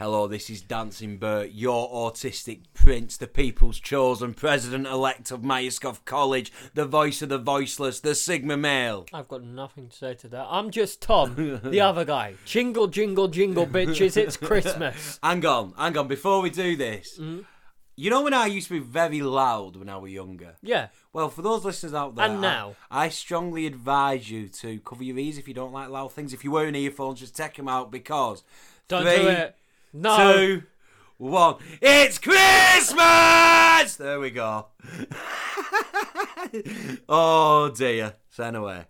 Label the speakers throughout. Speaker 1: Hello, this is Dancing Bert, your autistic prince, the people's chosen president elect of Myerskov College, the voice of the voiceless, the Sigma male.
Speaker 2: I've got nothing to say to that. I'm just Tom, the other guy. Jingle, jingle, jingle, bitches, it's Christmas.
Speaker 1: Hang on, hang on, before we do this,
Speaker 2: Mm-hmm.
Speaker 1: you know when I used to be very loud when I was younger?
Speaker 2: Yeah.
Speaker 1: Well, for those listeners out there,
Speaker 2: And now.
Speaker 1: I, I strongly advise you to cover your ears if you don't like loud things. If you're wearing earphones, just take them out because
Speaker 2: Don't
Speaker 1: three,
Speaker 2: do it. No.
Speaker 1: two, one. It's Christmas! There we go. oh dear. Send away.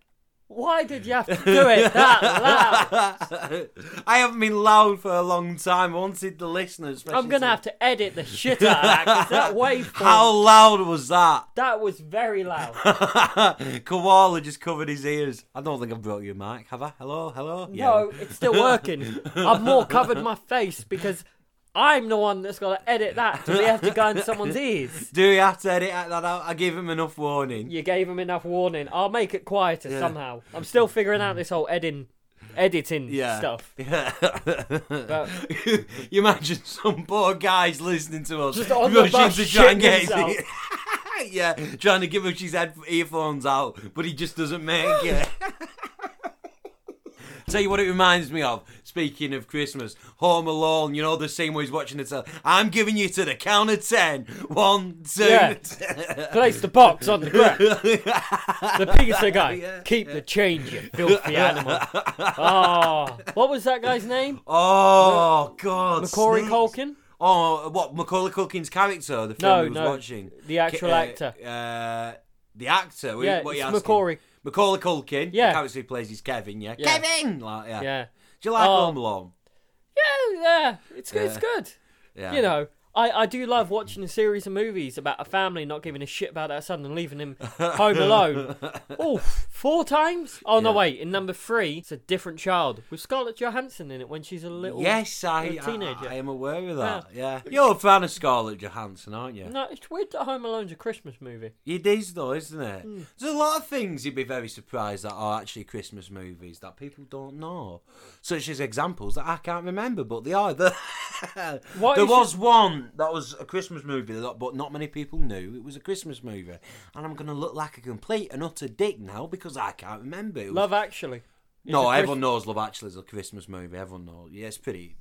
Speaker 2: Why did you have to do it that loud?
Speaker 1: I haven't been loud for a long time. I wanted the listeners.
Speaker 2: I'm going to have to edit the shit out of that 'cause that waveform.
Speaker 1: How loud was that?
Speaker 2: That was very loud.
Speaker 1: Koala just covered his ears. I don't think I've brought you a mic, have I? Hello, hello.
Speaker 2: No, it's still working. I've more covered my face because I'm the one that's got to edit that to be able to go in someone's ears.
Speaker 1: Do we have to edit that out? I gave him enough warning.
Speaker 2: You gave him enough warning. I'll make it quieter somehow. I'm still figuring out this whole editing, editing
Speaker 1: Yeah.
Speaker 2: stuff.
Speaker 1: Yeah. you imagine some poor guys listening to us
Speaker 2: Just on the
Speaker 1: rushing
Speaker 2: bus
Speaker 1: to try and
Speaker 2: shitting
Speaker 1: get his
Speaker 2: himself.
Speaker 1: ear- yeah, trying to give us his head- earphones out, but he just doesn't make it. Tell you what it reminds me of. Speaking of Christmas, Home Alone. You know the scene where he's watching the tell. I'm giving you to the count of ten. One, two.
Speaker 2: Yeah. Place the box on the ground. The pizza guy.
Speaker 1: Yeah,
Speaker 2: Keep the change, you filthy animal. Oh, what was that guy's name?
Speaker 1: Oh God.
Speaker 2: Corey
Speaker 1: snakes.
Speaker 2: Culkin?
Speaker 1: Oh, what Macaulay Culkin's character? The film
Speaker 2: No,
Speaker 1: we was
Speaker 2: no,
Speaker 1: watching.
Speaker 2: the actual
Speaker 1: K- uh,
Speaker 2: actor.
Speaker 1: Uh, the actor. What,
Speaker 2: Yeah,
Speaker 1: what are you asking?
Speaker 2: it's Macaulay.
Speaker 1: Macaulay Culkin.
Speaker 2: Yeah.
Speaker 1: The character who plays is Kevin. Yeah.
Speaker 2: Yeah.
Speaker 1: Kevin. Like, yeah.
Speaker 2: Yeah.
Speaker 1: Do you like
Speaker 2: Oh.
Speaker 1: Home Alone?
Speaker 2: Yeah, yeah. It's, it's good.
Speaker 1: Yeah.
Speaker 2: you know, I, I do love watching a series of movies about a family not giving a shit about their son and leaving him home alone. Oh, four times? Oh, no, wait. In number three, it's a different child with Scarlett Johansson in it when she's a little.
Speaker 1: Yes, I,
Speaker 2: You're a
Speaker 1: I.
Speaker 2: teenager.
Speaker 1: I am aware of that. Yeah. You're a fan of Scarlett Johansson, aren't you?
Speaker 2: No, it's weird that Home Alone's a Christmas movie.
Speaker 1: It is though, isn't it?
Speaker 2: Hmm.
Speaker 1: There's a lot of things you'd be very surprised that are actually Christmas movies that people don't know, such as examples that I can't remember, but they are. The-
Speaker 2: What
Speaker 1: there
Speaker 2: is
Speaker 1: was one that was a Christmas movie, that, but not many people knew it was a Christmas movie, and I'm going to look like a complete and utter dick now because I can't remember. It was-
Speaker 2: Love Actually. It's a
Speaker 1: no,
Speaker 2: Chris-
Speaker 1: everyone knows Love Actually is a Christmas movie. Everyone knows. Yeah, it's pretty.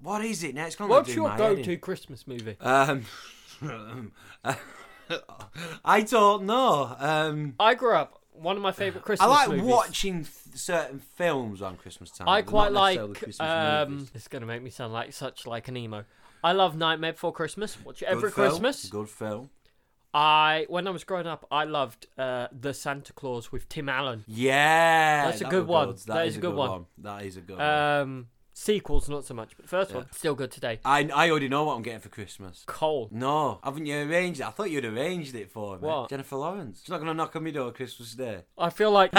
Speaker 1: What is it now? It's gonna
Speaker 2: What's
Speaker 1: do
Speaker 2: your
Speaker 1: my head
Speaker 2: go
Speaker 1: in.
Speaker 2: to Christmas movie?
Speaker 1: Um, I don't know. Um,
Speaker 2: I grew up, one of my favourite
Speaker 1: I
Speaker 2: Christmas
Speaker 1: like
Speaker 2: movies.
Speaker 1: watching th- certain films around Christmas time.
Speaker 2: I
Speaker 1: but
Speaker 2: quite
Speaker 1: not necessarily
Speaker 2: like.
Speaker 1: Christmas
Speaker 2: Um,
Speaker 1: movies.
Speaker 2: it's going to make me sound like such like an emo. I love Nightmare Before Christmas. Watch it
Speaker 1: Good
Speaker 2: every
Speaker 1: film,
Speaker 2: Christmas.
Speaker 1: Good film.
Speaker 2: I when I was growing up, I loved uh, the Santa Claus with Tim Allen.
Speaker 1: Yeah,
Speaker 2: That's a
Speaker 1: that
Speaker 2: good
Speaker 1: were
Speaker 2: one.
Speaker 1: good.
Speaker 2: That is a good one.
Speaker 1: That is a good one.
Speaker 2: Um, sequels not so much, but the first one still good today.
Speaker 1: I I already know what I'm getting for Christmas.
Speaker 2: Cold.
Speaker 1: No, haven't you arranged it? I thought you'd arranged it for me.
Speaker 2: What?
Speaker 1: Jennifer Lawrence. She's not gonna knock on my door Christmas Day.
Speaker 2: I feel like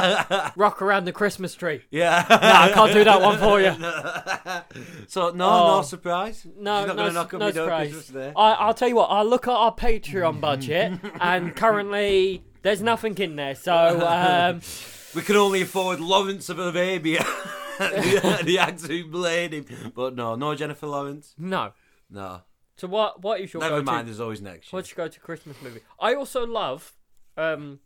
Speaker 2: rock around the Christmas tree.
Speaker 1: Yeah.
Speaker 2: No, I can't do that one for you.
Speaker 1: so no,
Speaker 2: Oh.
Speaker 1: no surprise.
Speaker 2: No,
Speaker 1: She's not
Speaker 2: no,
Speaker 1: gonna
Speaker 2: s-
Speaker 1: knock on
Speaker 2: no
Speaker 1: my door
Speaker 2: surprise.
Speaker 1: Christmas Day.
Speaker 2: I, I'll tell you what. I'll look at our Patreon budget, and currently there's nothing in there. So um,
Speaker 1: We can only afford Lawrence of Arabia, the, the actor who played him. But no, no Jennifer Lawrence.
Speaker 2: no.
Speaker 1: No.
Speaker 2: So what? What is your
Speaker 1: Never
Speaker 2: go-to?
Speaker 1: mind, there's always next year.
Speaker 2: What's your go-to Christmas movie? I also love. Um,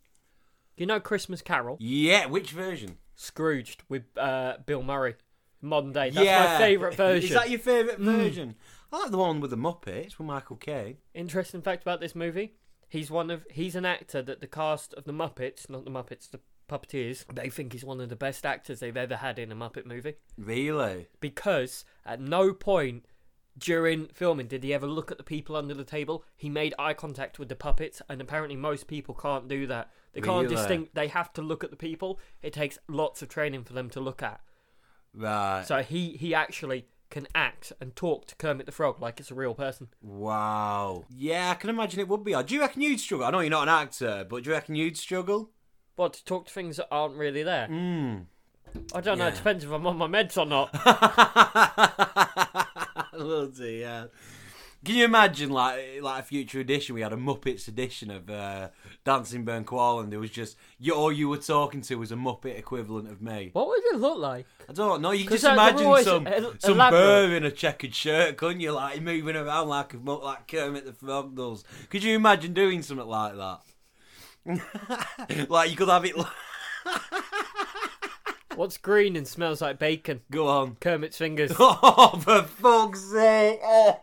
Speaker 2: you know Christmas Carol.
Speaker 1: Yeah, which version?
Speaker 2: Scrooged with uh, Bill Murray. Modern day. That's my favourite
Speaker 1: Is
Speaker 2: version. Hmm.
Speaker 1: that your favourite version? I like the one with the Muppets with Michael Caine.
Speaker 2: Interesting fact about this movie. He's one of he's an actor that the cast of the Muppets, not the Muppets, the Puppeteers, they think he's one of the best actors they've ever had in a Muppet movie.
Speaker 1: Really?
Speaker 2: Because at no point during filming did he ever look at the people under the table. He made eye contact with the puppets and apparently most people can't do that. They can't
Speaker 1: Really?
Speaker 2: distinct they have to look at the people. It takes lots of training for them to look at.
Speaker 1: Right.
Speaker 2: So he he actually can act and talk to Kermit the Frog like it's a real person.
Speaker 1: wow. Yeah, I can imagine it would be. hard. Do you reckon you'd struggle? I know you're not an actor, but do you reckon you'd struggle?
Speaker 2: What to talk to things that aren't really there?
Speaker 1: Hmm.
Speaker 2: I don't know. It
Speaker 1: Yeah.
Speaker 2: depends if I'm on my meds or not.
Speaker 1: oh dear. Can you imagine, like, like a future edition? We had a Muppets edition of uh, Dancing Burn Koala, and there was just you, all you were talking to was a Muppet equivalent of me.
Speaker 2: What would it look like?
Speaker 1: I don't know. You just
Speaker 2: 'Cause that- they're
Speaker 1: imagine
Speaker 2: always
Speaker 1: some
Speaker 2: el-
Speaker 1: some
Speaker 2: elaborate.
Speaker 1: bird in a checkered shirt, couldn't you? Like moving around like a mu- like Kermit the Frog does. Could you imagine doing something like that? like you could have it. Like,
Speaker 2: What's green and smells like bacon?
Speaker 1: go on.
Speaker 2: Kermit's fingers.
Speaker 1: Oh, for fuck's sake! Oh.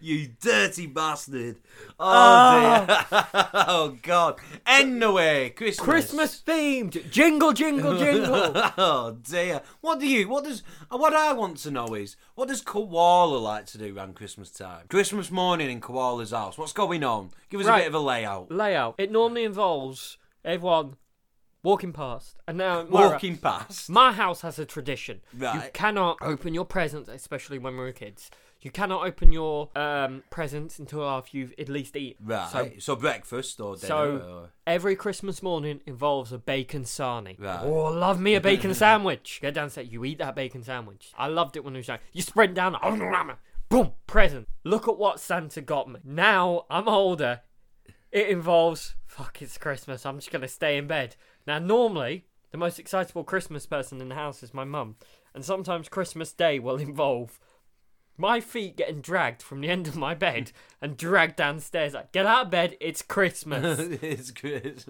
Speaker 1: you dirty bastard! Oh, dear! oh God! Anyway, Christmas.
Speaker 2: Ah. Christmas themed. Jingle, jingle, jingle.
Speaker 1: oh dear! What do you? What does? What I want to know is what does koala like to do around Christmas time? Christmas morning in koala's house. What's going on? Give us
Speaker 2: Right.
Speaker 1: a bit of a layout.
Speaker 2: Layout. It normally involves everyone walking past. And now my,
Speaker 1: Walking past.
Speaker 2: my house has a tradition. You
Speaker 1: Right.
Speaker 2: cannot open your presents, especially when we were kids. You cannot open your um, presents until after you've at least eaten.
Speaker 1: Right.
Speaker 2: So
Speaker 1: So, breakfast or dinner.
Speaker 2: So-
Speaker 1: or-
Speaker 2: every Christmas morning involves a bacon sarnie.
Speaker 1: Right.
Speaker 2: Oh, love me a bacon sandwich. Get downstairs, you eat that bacon sandwich. I loved it when I was young. You sprint down, Oh, boom, present. Look at what Santa got me. Now I'm older. It involves fuck. It's Christmas. I'm just gonna stay in bed. Now normally the most excitable Christmas person in the house is my mum, and sometimes Christmas Day will involve. My feet getting dragged from the end of my bed and dragged downstairs. Like, get out of bed, it's Christmas.
Speaker 1: it's good.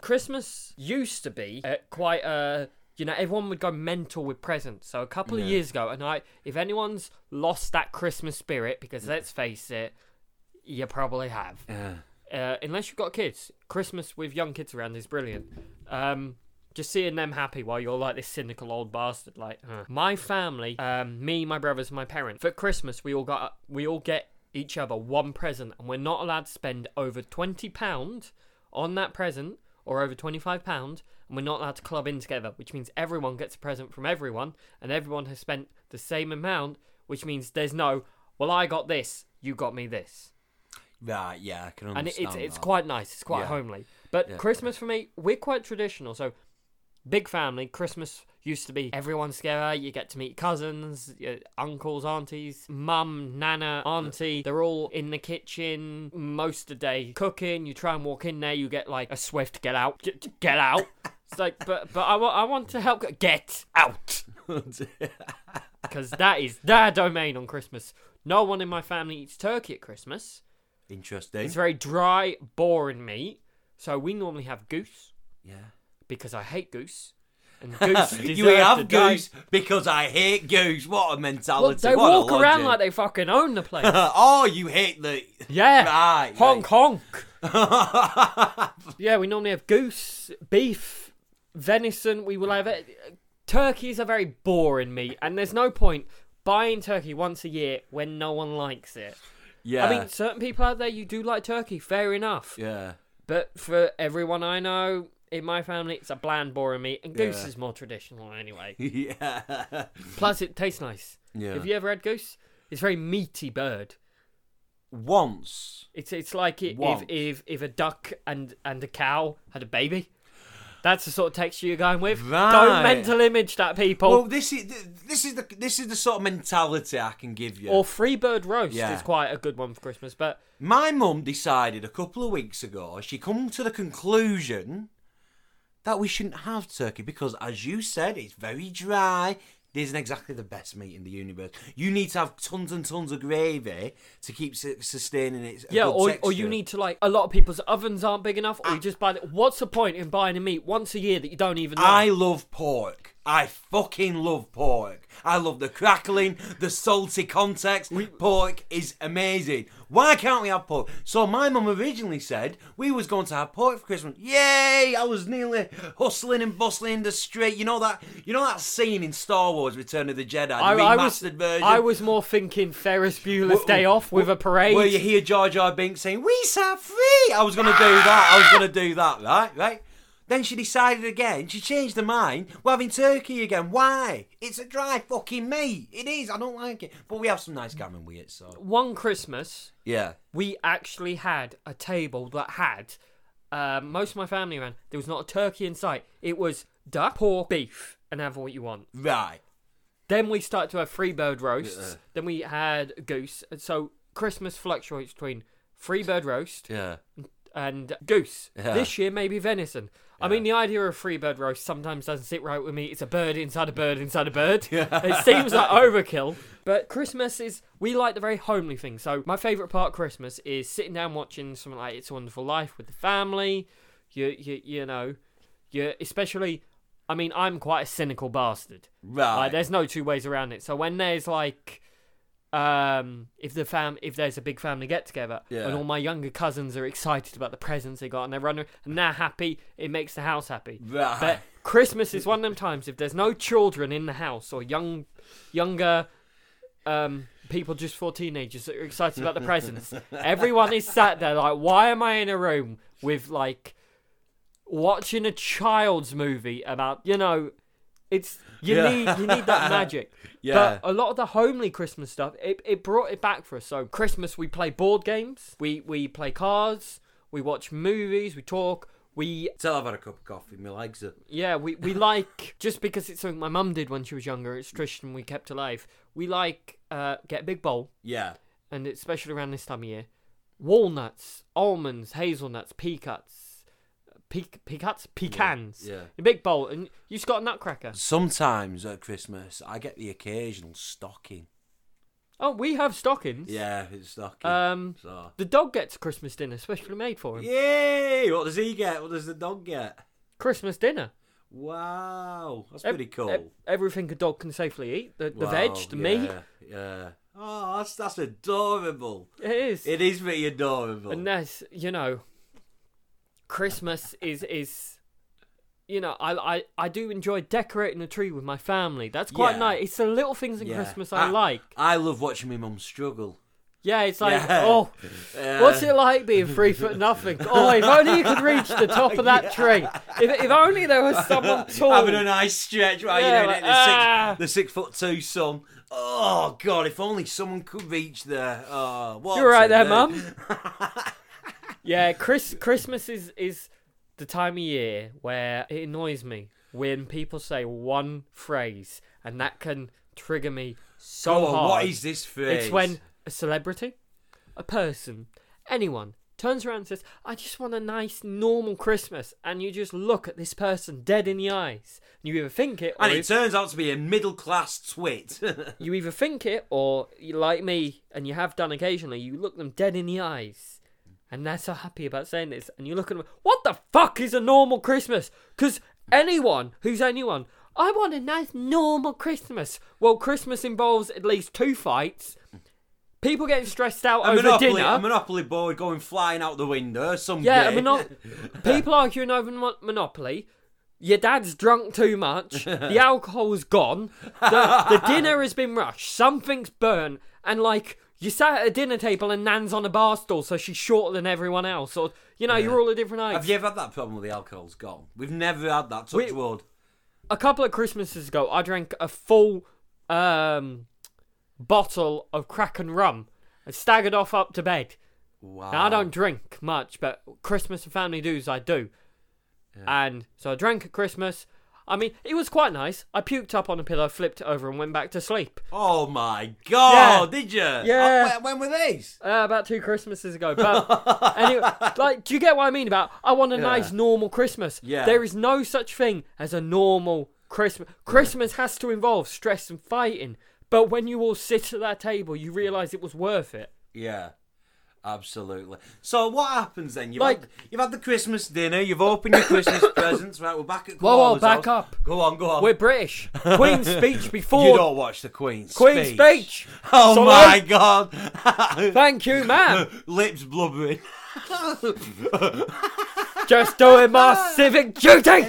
Speaker 2: Christmas used to be uh, quite uh, you know, everyone would go mental with presents. So a couple of years ago, and I, if anyone's lost that Christmas spirit, because let's face it, you probably have. Uh, unless you've got kids, Christmas with young kids around is brilliant. Um, just seeing them happy while you're like this cynical old bastard. Like uh. my family, um, me, my brothers, my parents. For Christmas, we all got we all get each other one present, and we're not allowed to spend over twenty pound on that present or over twenty five pound, and we're not allowed to club in together. Which means everyone gets a present from everyone, and everyone has spent the same amount. Which means there's no well, I got this, you got me this
Speaker 1: right. Yeah, I can
Speaker 2: and it,
Speaker 1: understand.
Speaker 2: it's it's
Speaker 1: that.
Speaker 2: quite nice. It's quite
Speaker 1: Yeah.
Speaker 2: homely. But Christmas for me, we're quite traditional. So big family. Christmas used to be everyone's together. You get to meet cousins, your uncles, aunties, mum, nana, auntie. They're all in the kitchen most of the day cooking. You try and walk in there, you get like a swift get out, get, get out. It's like, but but I, wa- I want to help get out because that is their domain on Christmas. No one in my family eats turkey at Christmas.
Speaker 1: Interesting.
Speaker 2: It's very dry, boring meat. So we normally have goose
Speaker 1: Yeah.
Speaker 2: because I hate goose. And goose
Speaker 1: you have
Speaker 2: deserve to die.
Speaker 1: goose because I hate goose. What a
Speaker 2: Well,
Speaker 1: mentality.
Speaker 2: they
Speaker 1: what
Speaker 2: walk
Speaker 1: a
Speaker 2: around like
Speaker 1: logic.
Speaker 2: they fucking own the place.
Speaker 1: oh, you hate the.
Speaker 2: Yeah.
Speaker 1: Right.
Speaker 2: honk
Speaker 1: right.
Speaker 2: honk. Yeah, we normally have goose, beef, venison. We will have it. Turkeys are very boring meat, and there's no point buying turkey once a year when no one likes it.
Speaker 1: yeah.
Speaker 2: I mean, certain people out there you do like turkey, fair enough.
Speaker 1: yeah.
Speaker 2: But for everyone I know in my family, it's a bland, boring meat, and goose
Speaker 1: Yeah.
Speaker 2: is more traditional anyway.
Speaker 1: yeah.
Speaker 2: Plus, it tastes nice.
Speaker 1: Yeah.
Speaker 2: Have you ever had goose? It's a very meaty bird.
Speaker 1: Once.
Speaker 2: It's it's like i- if
Speaker 1: Once.
Speaker 2: if if a duck and and a cow had a baby. That's the sort of texture you're going with. Don't
Speaker 1: Right.
Speaker 2: mental image that people.
Speaker 1: Well, this is this is the this is the sort of mentality I can give you.
Speaker 2: or free bird roast
Speaker 1: Yeah.
Speaker 2: is quite a good one for Christmas, but
Speaker 1: My mum decided a couple of weeks ago she come to the conclusion that we shouldn't have turkey because, as you said, it's very dry. It isn't exactly the best meat in the universe. You need to have tons and tons of gravy to keep su- sustaining its a
Speaker 2: yeah,
Speaker 1: good
Speaker 2: or, or you
Speaker 1: texture. Ah.
Speaker 2: need to like a lot of people's ovens aren't big enough, or you just buy. The, what's the point in buying a meat once a year that you don't even? like?
Speaker 1: I love pork. I fucking love pork. I love the crackling, the salty context. pork is amazing. Why can't we have pork? So my mum originally said we was going to have pork for Christmas. Yay! I was nearly hustling and bustling in the street. You know that you know that scene in Star Wars Return of the Jedi, the remastered version?
Speaker 2: I was more thinking Ferris Bueller's Day Off with a parade.
Speaker 1: Where you hear Jar Jar Binks saying, We set free! I was going to do that. I was going to do that, right? Right? Then she decided again. She changed her mind. We're having turkey again. Why? It's a dry fucking meat. It is. I don't like it. But we have some nice gammon with it, so.
Speaker 2: One Christmas,
Speaker 1: Yeah.
Speaker 2: we actually had a table that had um, most of my family around. There was not a turkey in sight. It was duck, pork, beef, and have what you want.
Speaker 1: Right.
Speaker 2: Then we start to have free bird roasts. Then we had goose. And so Christmas fluctuates between free bird roast
Speaker 1: Yeah.
Speaker 2: and goose.
Speaker 1: Yeah.
Speaker 2: This year maybe venison. I mean, the idea of free bird roast sometimes doesn't sit right with me. It's a bird inside a bird inside a bird. It seems like overkill. But Christmas is we like the very homely thing. So my favourite part of Christmas is sitting down watching something like It's a Wonderful Life with the family. You you you know, you especially. I mean, I'm quite a cynical bastard.
Speaker 1: Right.
Speaker 2: Like, there's no two ways around it. So when there's like, um, if the fam, if there's a big family get together,
Speaker 1: Yeah.
Speaker 2: and all my younger cousins are excited about the presents they got, and they're running, and they're happy, it makes the house happy.
Speaker 1: Right.
Speaker 2: But Christmas is one of them times if there's no children in the house or young, younger. Um, people just for teenagers that are excited about the presents. Everyone is sat there like, why am I in a room with like watching a child's movie about you know it's you
Speaker 1: Yeah.
Speaker 2: need you need that magic
Speaker 1: Yeah.
Speaker 2: but a lot of the homely christmas stuff it, it brought it back for us so christmas we play board games we we play cards we watch movies we talk we
Speaker 1: Till I've had a cup of coffee, my legs are.
Speaker 2: yeah we, we like just because it's something my mum did when she was younger it's tradition we kept alive we like uh, get a big bowl
Speaker 1: Yeah.
Speaker 2: and especially around this time of year, walnuts, almonds, hazelnuts, peacuts, peac peacuts, pecans.
Speaker 1: yeah.
Speaker 2: A big bowl, and you just got a nutcracker.
Speaker 1: Sometimes at Christmas, I get the occasional stocking.
Speaker 2: Oh, we have stockings.
Speaker 1: Yeah, it's stocking.
Speaker 2: Um,
Speaker 1: so.
Speaker 2: the dog gets Christmas dinner specially made for him.
Speaker 1: Yay! What does he get? What does the dog get?
Speaker 2: Christmas dinner.
Speaker 1: Wow, that's
Speaker 2: Ev-
Speaker 1: pretty cool.
Speaker 2: ev- everything a dog can safely eat. The, the
Speaker 1: Wow,
Speaker 2: veg, the meat.
Speaker 1: yeah, Yeah. Oh, that's that's adorable.
Speaker 2: It is.
Speaker 1: It is pretty adorable.
Speaker 2: And that's you know, Christmas is is, you know, I I I do enjoy decorating a tree with my family. That's quite
Speaker 1: Yeah.
Speaker 2: nice. It's the little things in
Speaker 1: Yeah. Ah.
Speaker 2: Christmas I like.
Speaker 1: I love watching my mum struggle.
Speaker 2: Yeah, it's like,
Speaker 1: Yeah.
Speaker 2: oh,
Speaker 1: Yeah.
Speaker 2: what's it like being three foot nothing? Oh, if only you could reach the top of that tree. If, if only there was someone tall.
Speaker 1: Having a nice stretch while
Speaker 2: Yeah,
Speaker 1: you're doing
Speaker 2: like,
Speaker 1: it. The six,
Speaker 2: ah.
Speaker 1: the six foot two son. Oh God! If only someone could reach there. Oh, what
Speaker 2: You're
Speaker 1: to
Speaker 2: right there,
Speaker 1: do.
Speaker 2: mum. yeah, Chris, Christmas is is the time of year where it annoys me when people say one phrase, and that can trigger me so
Speaker 1: Go
Speaker 2: hard.
Speaker 1: on, Oh, what is this phrase?
Speaker 2: It's when a celebrity, a person, anyone turns around and says, I just want a nice, normal Christmas. And you just look at this person dead in the eyes. And you either think it or
Speaker 1: and
Speaker 2: you,
Speaker 1: it turns out to be a middle class twit.
Speaker 2: you either think it or you like me and you have done occasionally, you look them dead in the eyes. And they're so happy about saying this. And you look at them, what the fuck is a normal Christmas? Because anyone who's anyone, I want a nice, normal Christmas. Well, Christmas involves at least two fights. People getting stressed out
Speaker 1: a
Speaker 2: over
Speaker 1: monopoly,
Speaker 2: dinner.
Speaker 1: a monopoly board going flying out the window. Some
Speaker 2: Yeah,
Speaker 1: day.
Speaker 2: a monop- people arguing over mon- Monopoly. Your dad's drunk too much. The alcohol's gone. The, the dinner has been rushed. Something's burnt. And, like, you sat at a dinner table and Nan's on a bar stool, so she's shorter than everyone else. Or, you know, you're all a different age.
Speaker 1: Have you ever had that problem with the alcohol's gone? We've never had that. Touch
Speaker 2: We-
Speaker 1: wood.
Speaker 2: a couple of Christmases ago, I drank a full um, bottle of Kraken rum and staggered off up to bed.
Speaker 1: Wow.
Speaker 2: Now, I don't drink much, but Christmas and family dues I do. And so I drank at Christmas. I mean, it was quite nice. I puked up on a pillow, flipped it over, and went back to sleep.
Speaker 1: Oh my god! Did you?
Speaker 2: Yeah.
Speaker 1: Oh, when, when were these?
Speaker 2: Uh, about two Christmases ago. But anyway, like, do you get what I mean about I want a nice, normal Christmas?
Speaker 1: Yeah.
Speaker 2: There is no such thing as a normal Christmas. Christmas has to involve stress and fighting. But when you all sit at that table, you realise it was worth it.
Speaker 1: Yeah. Absolutely. So what happens then? You've
Speaker 2: Like-
Speaker 1: had, you've had the Christmas dinner. You've opened your Christmas presents. Right, we're back at.
Speaker 2: Whoa, whoa,
Speaker 1: Koala's
Speaker 2: back
Speaker 1: house.
Speaker 2: up.
Speaker 1: Go on, go on.
Speaker 2: We're British. Queen's speech before
Speaker 1: you don't watch the Queen's
Speaker 2: Queen's
Speaker 1: speech.
Speaker 2: speech.
Speaker 1: Oh
Speaker 2: Sorry.
Speaker 1: my god!
Speaker 2: Thank you, ma'am.
Speaker 1: Lips blubbering.
Speaker 2: Just doing my civic duty.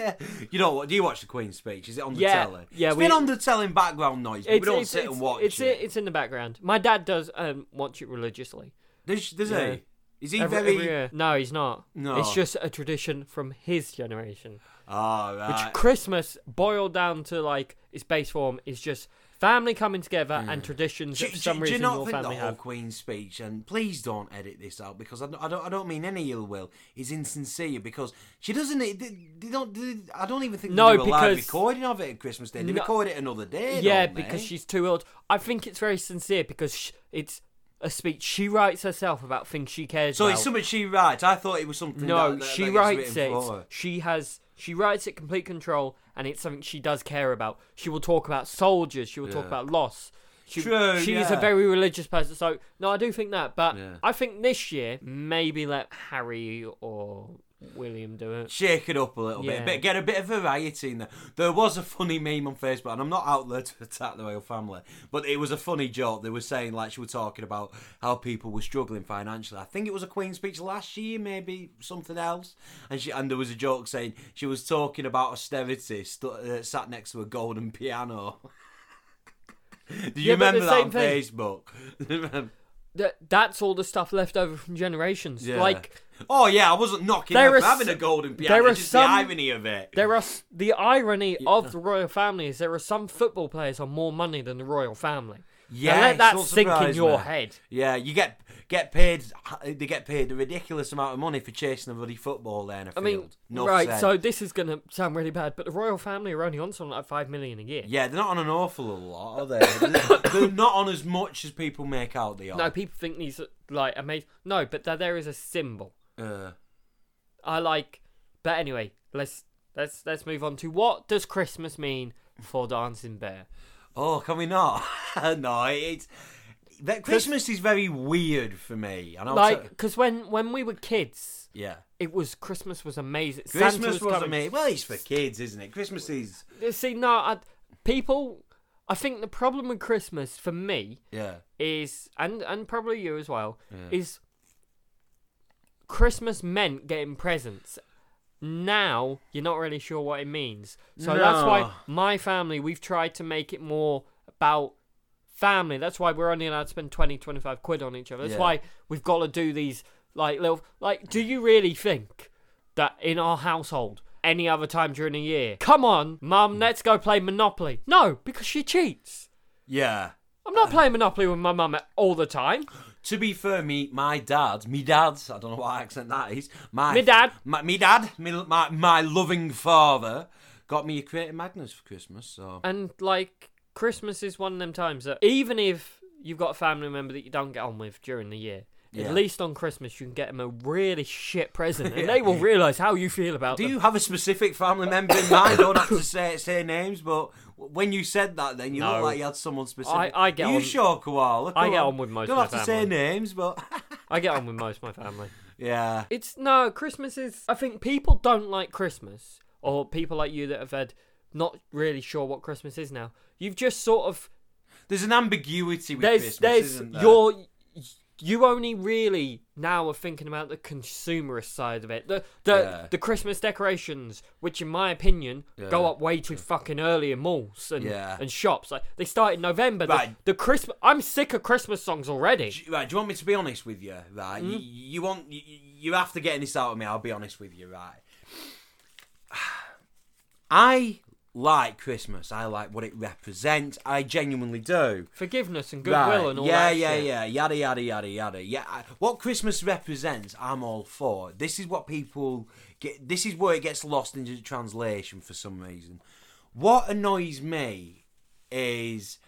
Speaker 1: You know what? Do you watch the Queen's speech? Is it on the
Speaker 2: Yeah,
Speaker 1: telly?
Speaker 2: yeah,
Speaker 1: It's
Speaker 2: we-
Speaker 1: been on the telly in background noise. But we don't sit and watch
Speaker 2: it's,
Speaker 1: it.
Speaker 2: it's in the background. My dad does um, watch it religiously.
Speaker 1: Does, does
Speaker 2: Yeah.
Speaker 1: he? Is he
Speaker 2: Every-
Speaker 1: very?
Speaker 2: every year. No, he's not.
Speaker 1: No.
Speaker 2: It's just a tradition from his generation.
Speaker 1: Ah, right.
Speaker 2: Christmas boiled down to like its base form is just family coming together and traditions
Speaker 1: Do,
Speaker 2: that for some
Speaker 1: do- do you
Speaker 2: reason
Speaker 1: not
Speaker 2: your
Speaker 1: think the
Speaker 2: family
Speaker 1: whole
Speaker 2: have.
Speaker 1: Queen's speech, and please don't edit this out because I don't, I don't, I don't mean any ill will, is insincere because she doesn't. They, they don't. They, I don't even think
Speaker 2: No,
Speaker 1: they do a live
Speaker 2: because-
Speaker 1: recording of it at Christmas Day. They
Speaker 2: No.
Speaker 1: record it another day.
Speaker 2: Yeah,
Speaker 1: don't
Speaker 2: because
Speaker 1: they?
Speaker 2: she's too old. I think it's very sincere because sh- it's a speech she writes herself about things she cares
Speaker 1: So
Speaker 2: about.
Speaker 1: it's something she writes. I thought it was something.
Speaker 2: No,
Speaker 1: that- that-
Speaker 2: she
Speaker 1: that gets
Speaker 2: writes it.
Speaker 1: written for her.
Speaker 2: She has she writes it complete control, and it's something she does care about. She will talk about soldiers. She will talk
Speaker 1: Yeah.
Speaker 2: about loss. She,
Speaker 1: True,
Speaker 2: She is a
Speaker 1: yeah.
Speaker 2: very religious person. So no, I do think that, but
Speaker 1: Yeah.
Speaker 2: I think this year maybe let Harry or William do it.
Speaker 1: Shake it up a little
Speaker 2: Yeah.
Speaker 1: bit, bit, get a bit of variety in there. There was a funny meme on Facebook, and I'm not out there to attack the royal family, but it was a funny joke. They were saying like she was talking about how people were struggling financially. I think it was a Queen speech last year, maybe something else, and she and there was a joke saying she was talking about austerity, stu uh, sat next to a golden piano. Do you
Speaker 2: Yeah, but
Speaker 1: remember
Speaker 2: the
Speaker 1: that
Speaker 2: same
Speaker 1: on
Speaker 2: thing-
Speaker 1: Facebook?
Speaker 2: That that's all the stuff left over from generations.
Speaker 1: Yeah.
Speaker 2: Like
Speaker 1: oh yeah, I wasn't knocking
Speaker 2: There
Speaker 1: her
Speaker 2: are
Speaker 1: for having
Speaker 2: s-
Speaker 1: a golden
Speaker 2: there
Speaker 1: piano.
Speaker 2: are
Speaker 1: just
Speaker 2: some-
Speaker 1: the irony of it.
Speaker 2: There are s- the irony of the royal family is there are some football players on more money than the royal family. Now
Speaker 1: Yeah,
Speaker 2: let
Speaker 1: it's
Speaker 2: that
Speaker 1: not
Speaker 2: sink in
Speaker 1: surprising,
Speaker 2: your
Speaker 1: man.
Speaker 2: head.
Speaker 1: Yeah, you get get paid. They get paid a ridiculous amount of money for chasing a bloody football there in a
Speaker 2: I mean,
Speaker 1: field. Nuff
Speaker 2: right?
Speaker 1: said.
Speaker 2: So this is gonna sound really bad, but the royal family are only on something like five million a year.
Speaker 1: yeah, they're not on an awful lot, are they? They're- they're not on as much as people make out they are.
Speaker 2: No, people think these are, like amazing. No, but there, there is a symbol.
Speaker 1: Uh,
Speaker 2: I like. But anyway, let's let's let's move on to what does Christmas mean for Dancing Bear?
Speaker 1: oh, can we not? no, it's that Christmas is very weird for me. And I'll
Speaker 2: Like,
Speaker 1: tell-
Speaker 2: because when when we were kids,
Speaker 1: yeah,
Speaker 2: it was Christmas was amazing. Santa
Speaker 1: Christmas
Speaker 2: was
Speaker 1: was
Speaker 2: coming.
Speaker 1: amazing. Well, it's for kids, isn't it? Christmas is
Speaker 2: See, no, I, people. I think the problem with Christmas for me
Speaker 1: yeah.
Speaker 2: is, and and probably you as well, is Christmas meant getting presents. Now you're not really sure what it means, so that's why
Speaker 1: No.
Speaker 2: my family we've tried to make it more about family. That's why we're only allowed to spend 20, 25 quid on each other. That's
Speaker 1: Yeah.
Speaker 2: why we've got to do these like little like. Do you really think that in our household? Any other time during the year. Come on, mum, let's go play Monopoly. No, because she cheats.
Speaker 1: Yeah.
Speaker 2: I'm not playing Monopoly with my mum all the time.
Speaker 1: To be fair, me, my dad, me dad, I don't know what accent that is. My
Speaker 2: Me dad.
Speaker 1: my, me dad, me, my my loving father, got me a Creative Magnus for Christmas. So
Speaker 2: And like Christmas is one of them times that even if you've got a family member that you don't get on with during the year,
Speaker 1: Yeah.
Speaker 2: at least on Christmas you can get them a really shit present, and they will realise how you feel about
Speaker 1: do
Speaker 2: them.
Speaker 1: you have a specific family member in mind? Don't have to say say names, but when you said that, then you
Speaker 2: No.
Speaker 1: look like you had someone specific.
Speaker 2: I- I get
Speaker 1: you
Speaker 2: on-
Speaker 1: sure, koala.
Speaker 2: I
Speaker 1: Come
Speaker 2: get on with most
Speaker 1: Don't
Speaker 2: of
Speaker 1: have
Speaker 2: my
Speaker 1: to say
Speaker 2: family.
Speaker 1: names, but
Speaker 2: I get on with most of my family.
Speaker 1: yeah,
Speaker 2: It's no Christmas is. I think people don't like Christmas, or people like you that have had not really sure what Christmas is now. You've just sort of
Speaker 1: there's an ambiguity with
Speaker 2: there's
Speaker 1: Christmas,
Speaker 2: there's
Speaker 1: isn't there?
Speaker 2: your you only really now are thinking about the consumerist side of it. The the
Speaker 1: Yeah.
Speaker 2: the Christmas decorations, which in my opinion go
Speaker 1: Yeah.
Speaker 2: up way too fucking early in malls and
Speaker 1: Yeah.
Speaker 2: and shops. Like they start in November. The-
Speaker 1: Right.
Speaker 2: The, Christmas I'm sick of Christmas songs already.
Speaker 1: Do you- Right, do you want me to be honest with you? Right, you, you want you, you have to get this out of me. I'll be honest with you. Right, I like Christmas. I like what it represents. I genuinely do.
Speaker 2: Forgiveness and goodwill
Speaker 1: Right,
Speaker 2: and all
Speaker 1: yeah,
Speaker 2: that.
Speaker 1: yeah,
Speaker 2: shit.
Speaker 1: yeah, yada yada yada yada. Yeah, I- what Christmas represents, I'm all for. This is what people get. This is where it gets lost into translation for some reason. What annoys me is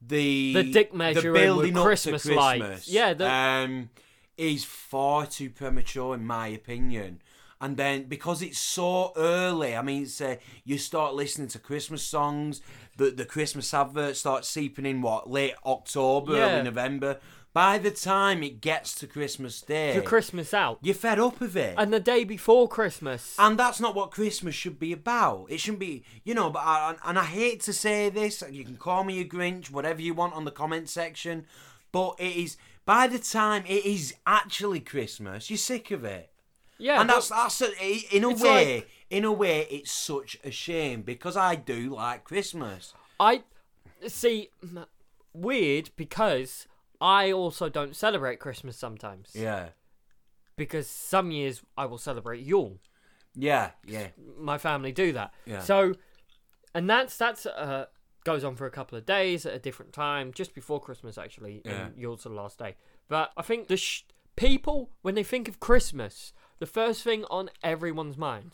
Speaker 1: the
Speaker 2: The dick measuring with
Speaker 1: up to
Speaker 2: Christmas lights. Yeah, the-
Speaker 1: um, is far too premature in my opinion. And then because it's so early, I mean, it's, uh, you start listening to Christmas songs. The the Christmas adverts start seeping in what late October,
Speaker 2: Yeah.
Speaker 1: early November. By the time it gets to Christmas Day,
Speaker 2: Your Christmas out.
Speaker 1: you're fed up of it.
Speaker 2: And the day before Christmas.
Speaker 1: And that's not what Christmas should be about. It shouldn't be, you know. But I, and- and I hate to say this. You can call me a Grinch, whatever you want, on the comment section. But it is by the time it is actually Christmas, you're sick of it.
Speaker 2: yeah.
Speaker 1: and
Speaker 2: but-
Speaker 1: that's that's a, i- in a
Speaker 2: It's
Speaker 1: way, in a way, it's such a shame because I do like Christmas.
Speaker 2: I see m- weird because I also don't celebrate Christmas sometimes
Speaker 1: Yeah,
Speaker 2: because some years I will celebrate Yule.
Speaker 1: yeah, yeah.
Speaker 2: My family do that.
Speaker 1: Yeah.
Speaker 2: So and that's that's a goes on for a couple of days at a different time, just before Christmas actually,
Speaker 1: Yeah.
Speaker 2: and Yule's the last day. But I think the sh- people, when they think of Christmas, the first thing on everyone's mind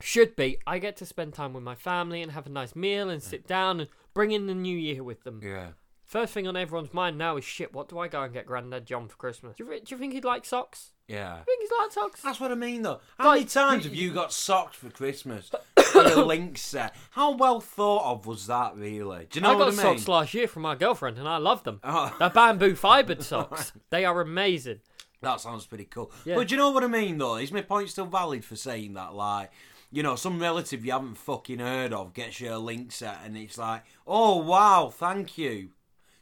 Speaker 2: should be I get to spend time with my family and have a nice meal and sit down and bring in the new year with them.
Speaker 1: Yeah.
Speaker 2: First thing on everyone's mind now is shit. What do I go and get Granddad John for Christmas? Do you, do you think he'd like socks?
Speaker 1: Yeah.
Speaker 2: Do you think he'd like socks?
Speaker 1: That's what I mean, though. How
Speaker 2: Like,
Speaker 1: many times
Speaker 2: you-
Speaker 1: have you got socks for Christmas? the links there. How well thought of was that, really? Do you know
Speaker 2: I got
Speaker 1: what I mean?
Speaker 2: socks last year from my girlfriend, and I love them.
Speaker 1: Oh.
Speaker 2: They're bamboo fibered socks. they are amazing.
Speaker 1: That sounds pretty cool.
Speaker 2: Yeah.
Speaker 1: But do you know what I mean, though? Is my point still valid for saying that? Like, you know, some relative you haven't fucking heard of gets you a link set, and it's like, oh wow, thank you.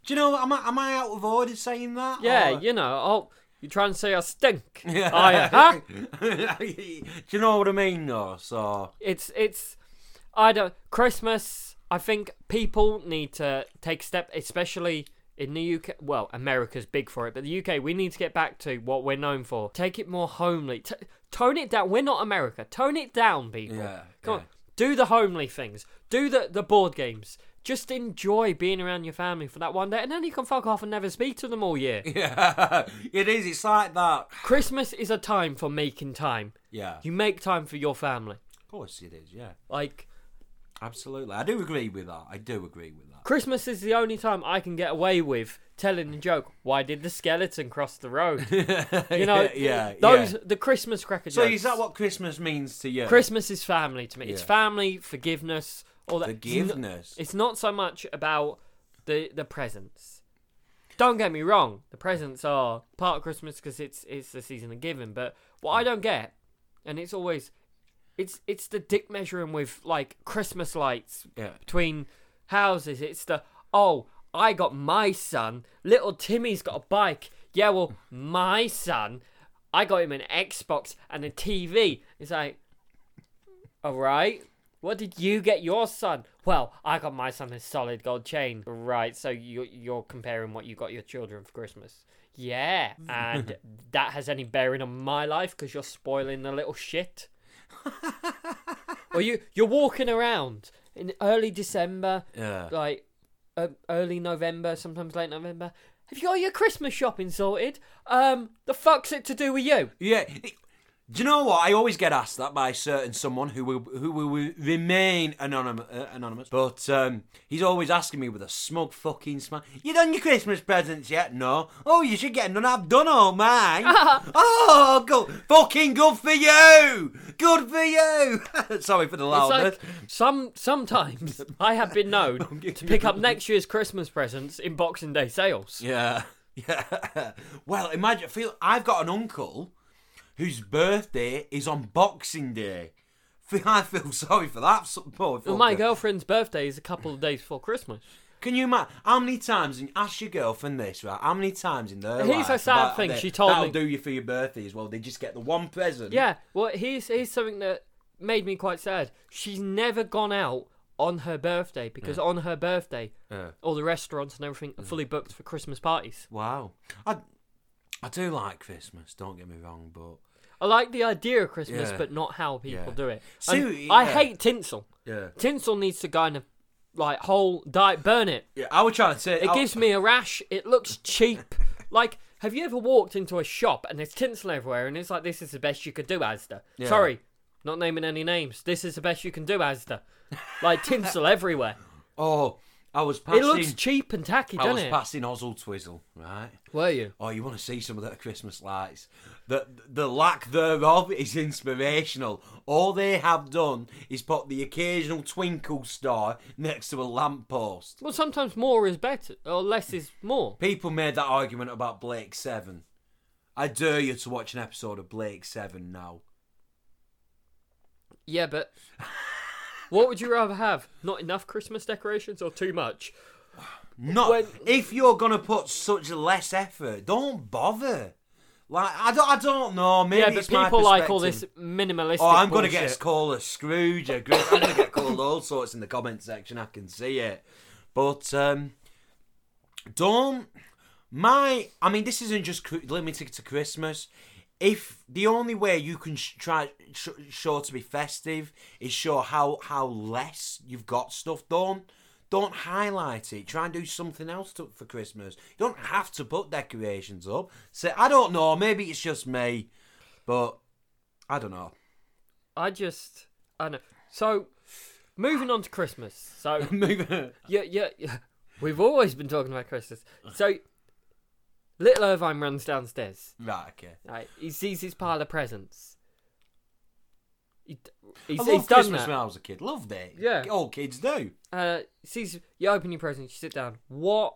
Speaker 1: Do you know? Am I am I out of order saying that?
Speaker 2: Yeah,
Speaker 1: Or-
Speaker 2: you know. Oh, you trying to say I stink?
Speaker 1: Yeah.
Speaker 2: I, huh?
Speaker 1: do you know what I mean, though? So
Speaker 2: It's it's. I don't. Christmas. I think people need to take a step, especially in the UK. Well, America's big for it, but the UK, we need to get back to what we're known for. Take it more homely. T- tone it down. We're not America. Tone it down, people.
Speaker 1: Yeah,
Speaker 2: Come
Speaker 1: yeah.
Speaker 2: on. Do the homely things. Do the, the board games. Just enjoy being around your family for that one day, and then you can fuck off and never speak to them all year.
Speaker 1: yeah, it is. It's like that.
Speaker 2: Christmas is a time for making time.
Speaker 1: Yeah,
Speaker 2: You make time for your family.
Speaker 1: of course it is. Yeah,
Speaker 2: Like
Speaker 1: absolutely. I do agree with that. I do agree with that.
Speaker 2: Christmas is the only time I can get away with telling a joke. Why did the skeleton cross the road? You know,
Speaker 1: yeah, yeah,
Speaker 2: those
Speaker 1: yeah.
Speaker 2: the Christmas cracker
Speaker 1: So
Speaker 2: jokes.
Speaker 1: is that what Christmas means to you?
Speaker 2: Christmas is family to me. It's
Speaker 1: Yeah.
Speaker 2: family, forgiveness, all that. It's n-
Speaker 1: Forgiveness.
Speaker 2: It's not so much about the the presents. Don't get me wrong, the presents are part of Christmas because it's it's the season of giving. But what I don't get, and it's always, it's it's the dick measuring with like Christmas lights
Speaker 1: Yeah.
Speaker 2: between houses. It's the oh I got my son, little Timmy's got a bike. Yeah, well my son, I got him an Xbox and a TV. It's like, all right. What did you get your son? Well, I got my son a solid gold chain. Right, so you, you're comparing what you got your children for Christmas. Yeah, and that has any bearing on my life because you're spoiling the little shit. or you you're walking around in early December,
Speaker 1: Yeah.
Speaker 2: like uh, early November, sometimes late November. Have you got your Christmas shopping sorted? Um, the fuck's it to do with you?
Speaker 1: Yeah. Do you know what? I always get asked that by a certain someone who will who will remain anonymous. Uh, anonymous. But um, he's always asking me with a smug fucking smile. You done your Christmas presents yet? No. Oh, you should get none. I've done all mine. oh, good. Fucking good for you. Good for you. Sorry for the
Speaker 2: It's
Speaker 1: loudness.
Speaker 2: like some sometimes I have been known to pick up next year's Christmas presents in Boxing Day sales.
Speaker 1: Yeah. Yeah. well, imagine. Feel I've got an uncle whose birthday is on Boxing Day. Feel- I feel sorry for that poor
Speaker 2: Well, my girlfriend's birthday is a couple of days before Christmas.
Speaker 1: Can you imagine how many times? And ask your girlfriend this, right? How many times in their
Speaker 2: Here's
Speaker 1: life?
Speaker 2: a sad
Speaker 1: that-
Speaker 2: thing
Speaker 1: that-
Speaker 2: she told
Speaker 1: that'll
Speaker 2: me.
Speaker 1: do you for your birthday as well. They just get the one present.
Speaker 2: Yeah, well, here's here's something that made me quite sad. She's never gone out on her birthday because on her birthday,
Speaker 1: Yeah.
Speaker 2: all the restaurants and everything are fully booked for Christmas parties.
Speaker 1: Wow. I I do like Christmas. Don't get me wrong, but
Speaker 2: I like the idea of Christmas,
Speaker 1: Yeah.
Speaker 2: but not how people
Speaker 1: Yeah.
Speaker 2: do it.
Speaker 1: So,
Speaker 2: And I
Speaker 1: yeah.
Speaker 2: hate tinsel.
Speaker 1: yeah,
Speaker 2: Tinsel needs to go in a like whole diet burn it.
Speaker 1: yeah. I was trying to say oh,
Speaker 2: It
Speaker 1: I-
Speaker 2: gives me a rash. It looks cheap. like, have you ever walked into a shop and there's tinsel everywhere and it's like, this is the best you could do, Asda? Sorry, not naming any names. This is the best you can do, Asda. Like, tinsel everywhere.
Speaker 1: Oh, I was
Speaker 2: It
Speaker 1: passing.
Speaker 2: looks cheap and tacky,
Speaker 1: I
Speaker 2: doesn't
Speaker 1: was
Speaker 2: it?
Speaker 1: passing Ozzle Twizzle, right?
Speaker 2: Were you?
Speaker 1: Oh, you want to see some of the Christmas lights? The the lack thereof is inspirational. All they have done is put the occasional twinkle star next to a lamppost.
Speaker 2: Well, sometimes more is better, or less is more.
Speaker 1: People made that argument about Blake Seven. I dare you to watch an episode of Blake Seven now.
Speaker 2: Yeah, but what would you rather have? Not enough Christmas decorations or too much?
Speaker 1: Not
Speaker 2: When-
Speaker 1: if you're gonna put such less effort, don't bother. Like I don't, I don't know. Maybe
Speaker 2: yeah, but
Speaker 1: it's my
Speaker 2: people like all
Speaker 1: perspective.
Speaker 2: this minimalistic.
Speaker 1: Oh, I'm
Speaker 2: going to
Speaker 1: get called a Scrooge. A Grinch. I'm going to get called all sorts in the comment section. I can see it. But um, don't my. I mean, this isn't just cr- limited to Christmas. If the only way you can sh- try sh- show to be festive is show how how less you've got stuff done, Don't highlight it. Try and do something else to, for Christmas. You don't have to put decorations up. So I don't know. Maybe it's just me, but I don't know.
Speaker 2: I just, I know. So, moving on to Christmas. So,
Speaker 1: Maybe-
Speaker 2: yeah, yeah, yeah. We've always been talking about Christmas. So, little Irvine runs downstairs.
Speaker 1: right. Okay.
Speaker 2: Right, he sees his pile of presents. He, d- he's,
Speaker 1: I
Speaker 2: he's
Speaker 1: loved
Speaker 2: done
Speaker 1: Christmas when
Speaker 2: that.
Speaker 1: I was a kid. Loved it.
Speaker 2: Yeah.
Speaker 1: All kids do.
Speaker 2: Uh, sees you open your presents, you sit down. What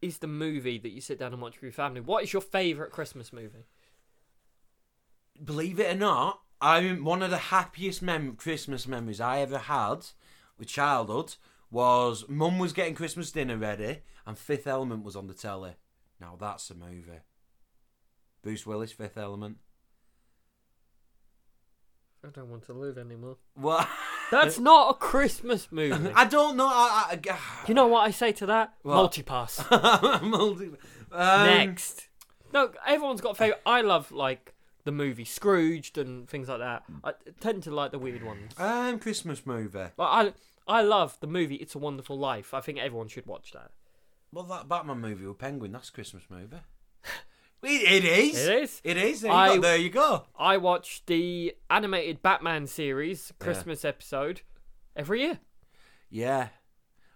Speaker 2: is the movie that you sit down and watch with your family? What is your favourite Christmas movie?
Speaker 1: believe it or not, I mean, one of the happiest mem- Christmas memories I ever had with childhood was mum was getting Christmas dinner ready and Fifth Element was on the telly. Now that's a movie. Bruce Willis, Fifth Element.
Speaker 2: I don't want to live anymore.
Speaker 1: Well,
Speaker 2: That's not a Christmas movie.
Speaker 1: I don't know. I, I,
Speaker 2: you know what I say to that?
Speaker 1: What?
Speaker 2: Multipass.
Speaker 1: Multi- um,
Speaker 2: Next. No, everyone's got a favourite. I love like the movie Scrooged and things like that. I tend to like the weird ones.
Speaker 1: Um, Christmas movie.
Speaker 2: Like, I I love the movie It's a Wonderful Life. I think everyone should watch that.
Speaker 1: Well, that Batman movie with Penguin, that's a Christmas movie. It, it is.
Speaker 2: It is.
Speaker 1: It is. There you,
Speaker 2: I-
Speaker 1: go. there you go.
Speaker 2: I watch the animated Batman series Christmas episode every year.
Speaker 1: Yeah.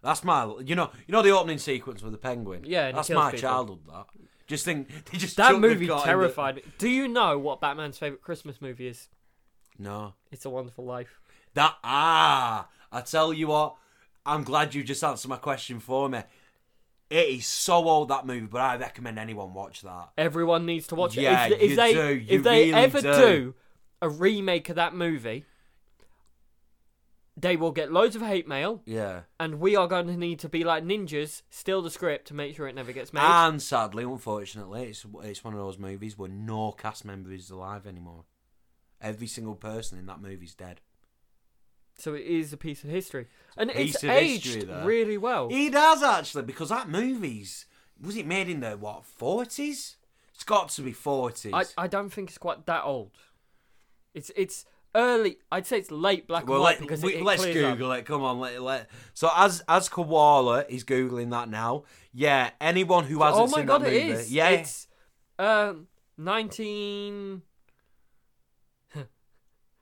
Speaker 1: That's my, you know, you know the opening sequence with the penguin.
Speaker 2: Yeah, and he
Speaker 1: that's
Speaker 2: kills
Speaker 1: my
Speaker 2: people.
Speaker 1: childhood. That just think they just
Speaker 2: That
Speaker 1: chucked the
Speaker 2: movie
Speaker 1: car in the-
Speaker 2: terrified me. Do you know what Batman's favorite Christmas movie is?
Speaker 1: No,
Speaker 2: It's a Wonderful Life.
Speaker 1: that ah, I tell you what, I'm glad you just answered my question for me. It is so old that movie, but I recommend anyone watch that.
Speaker 2: Everyone needs to watch
Speaker 1: Yeah,
Speaker 2: it. If, if
Speaker 1: you
Speaker 2: they
Speaker 1: do, you
Speaker 2: if they
Speaker 1: really
Speaker 2: ever
Speaker 1: do.
Speaker 2: a remake of that movie, they will get loads of hate mail,
Speaker 1: Yeah,
Speaker 2: and we are going to need to be like ninjas, steal the script to make sure it never gets made.
Speaker 1: and sadly, unfortunately, it's it's one of those movies where no cast member is alive anymore. Every single person in that movie is dead.
Speaker 2: so it is a piece of history, and
Speaker 1: Piece
Speaker 2: it's
Speaker 1: of
Speaker 2: aged
Speaker 1: history there.
Speaker 2: really well.
Speaker 1: He does actually, because that movie's was it made in the what forties? It's got to be forties.
Speaker 2: I, I don't think it's quite that old. It's it's early. I'd say it's late black
Speaker 1: Well,
Speaker 2: and
Speaker 1: let,
Speaker 2: white because
Speaker 1: we,
Speaker 2: it, it
Speaker 1: let's
Speaker 2: clears up.
Speaker 1: Google it. Come on, let, let. So as as Koala is googling that now. Yeah, anyone who hasn't
Speaker 2: Oh my
Speaker 1: seen
Speaker 2: god,
Speaker 1: that
Speaker 2: it
Speaker 1: movie,
Speaker 2: is.
Speaker 1: yeah,
Speaker 2: It's um nineteen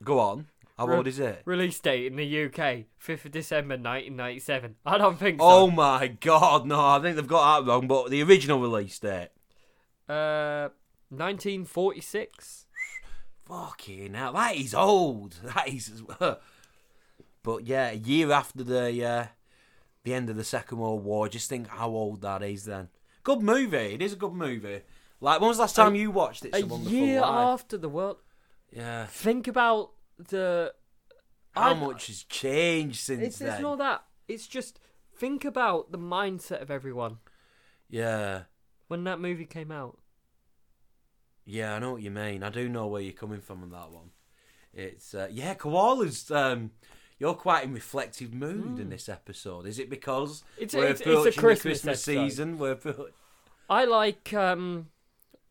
Speaker 1: go on. How
Speaker 2: Re-
Speaker 1: old is it?
Speaker 2: release date in the UK, fifth of December, nineteen ninety seven. I don't think
Speaker 1: Oh my god, no! I think they've got that wrong. But the original release date.
Speaker 2: so. Uh, nineteen forty six.
Speaker 1: Fucking hell, that is old. That is. but yeah, a year after the uh, the end of the Second World War, just think how old that is. Then good movie. It is a good movie. Like when was the last time you watched it?
Speaker 2: A year after the world.
Speaker 1: Yeah.
Speaker 2: Think about the.
Speaker 1: How
Speaker 2: I-
Speaker 1: much has changed since
Speaker 2: It's,
Speaker 1: then?
Speaker 2: it's not that. It's just think about the mindset of everyone
Speaker 1: Yeah.
Speaker 2: when that movie came out.
Speaker 1: Yeah, I know what you mean. I do know where you're coming from on that one. It's uh, yeah, koalas. Um, you're quite in reflective mood in this episode. Is it because
Speaker 2: Hmm. It's-
Speaker 1: we're
Speaker 2: it's- it's a
Speaker 1: approaching
Speaker 2: Christmas
Speaker 1: the Christmas
Speaker 2: episode.
Speaker 1: season? We're appro-
Speaker 2: I like um,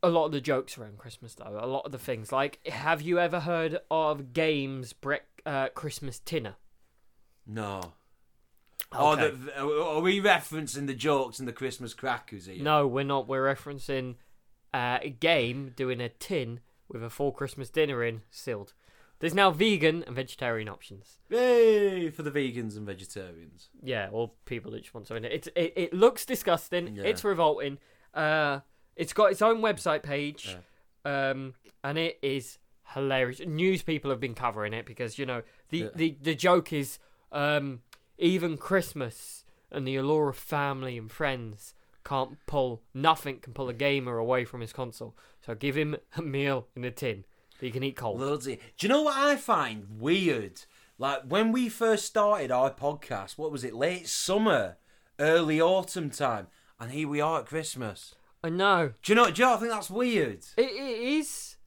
Speaker 2: a lot of the jokes around Christmas, though. A lot of the things. Like, have you ever heard of games brec uh, Christmas Tinner?
Speaker 1: no. Oh,
Speaker 2: Okay.
Speaker 1: the, are we referencing the jokes and the Christmas crackers here?
Speaker 2: No, we're not. We're referencing uh, a game doing a tin with a full Christmas dinner in, sealed. There's now vegan and vegetarian options.
Speaker 1: Yay for the vegans and vegetarians.
Speaker 2: Yeah, or people that just want something. It's, it, it looks disgusting.
Speaker 1: Yeah.
Speaker 2: It's revolting. Uh, it's got its own website page.
Speaker 1: Yeah.
Speaker 2: um, and it is hilarious. News people have been covering it because you know the
Speaker 1: Yeah.
Speaker 2: the, the joke is um, even Christmas and the allure of family and friends can't pull nothing can pull a gamer away from his console. So give him a meal in a tin that you can eat cold.
Speaker 1: Loads of- Do you know what I find weird? Like when we first started our podcast, what was it? Late summer, early autumn time, and here we are at Christmas.
Speaker 2: I know
Speaker 1: Do you know? Do you know, I think that's weird.
Speaker 2: it, it is,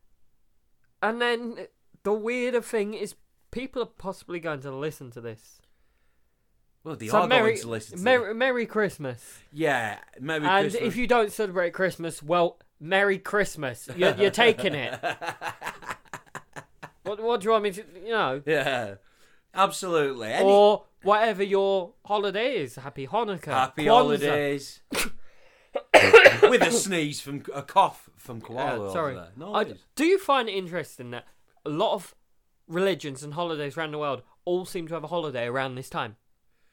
Speaker 2: and then the weirder thing is people are possibly going to listen to this.
Speaker 1: Well, they
Speaker 2: so
Speaker 1: are
Speaker 2: Merry,
Speaker 1: going to listen. To
Speaker 2: Merry, Merry Christmas.
Speaker 1: Yeah, Merry
Speaker 2: and
Speaker 1: Christmas.
Speaker 2: if you don't celebrate Christmas, well, Merry Christmas. You're, you're taking it. what, what do you want me to, you know?
Speaker 1: yeah, absolutely. Any-
Speaker 2: Or whatever your holiday is. Happy Hanukkah.
Speaker 1: Happy
Speaker 2: Kwanzaa.
Speaker 1: holidays. With a sneeze from a cough from
Speaker 2: Uh,
Speaker 1: koala.
Speaker 2: sorry.
Speaker 1: Over there. No,
Speaker 2: I,
Speaker 1: worries.
Speaker 2: do you find it interesting that a lot of religions and holidays around the world all seem to have a holiday around this time?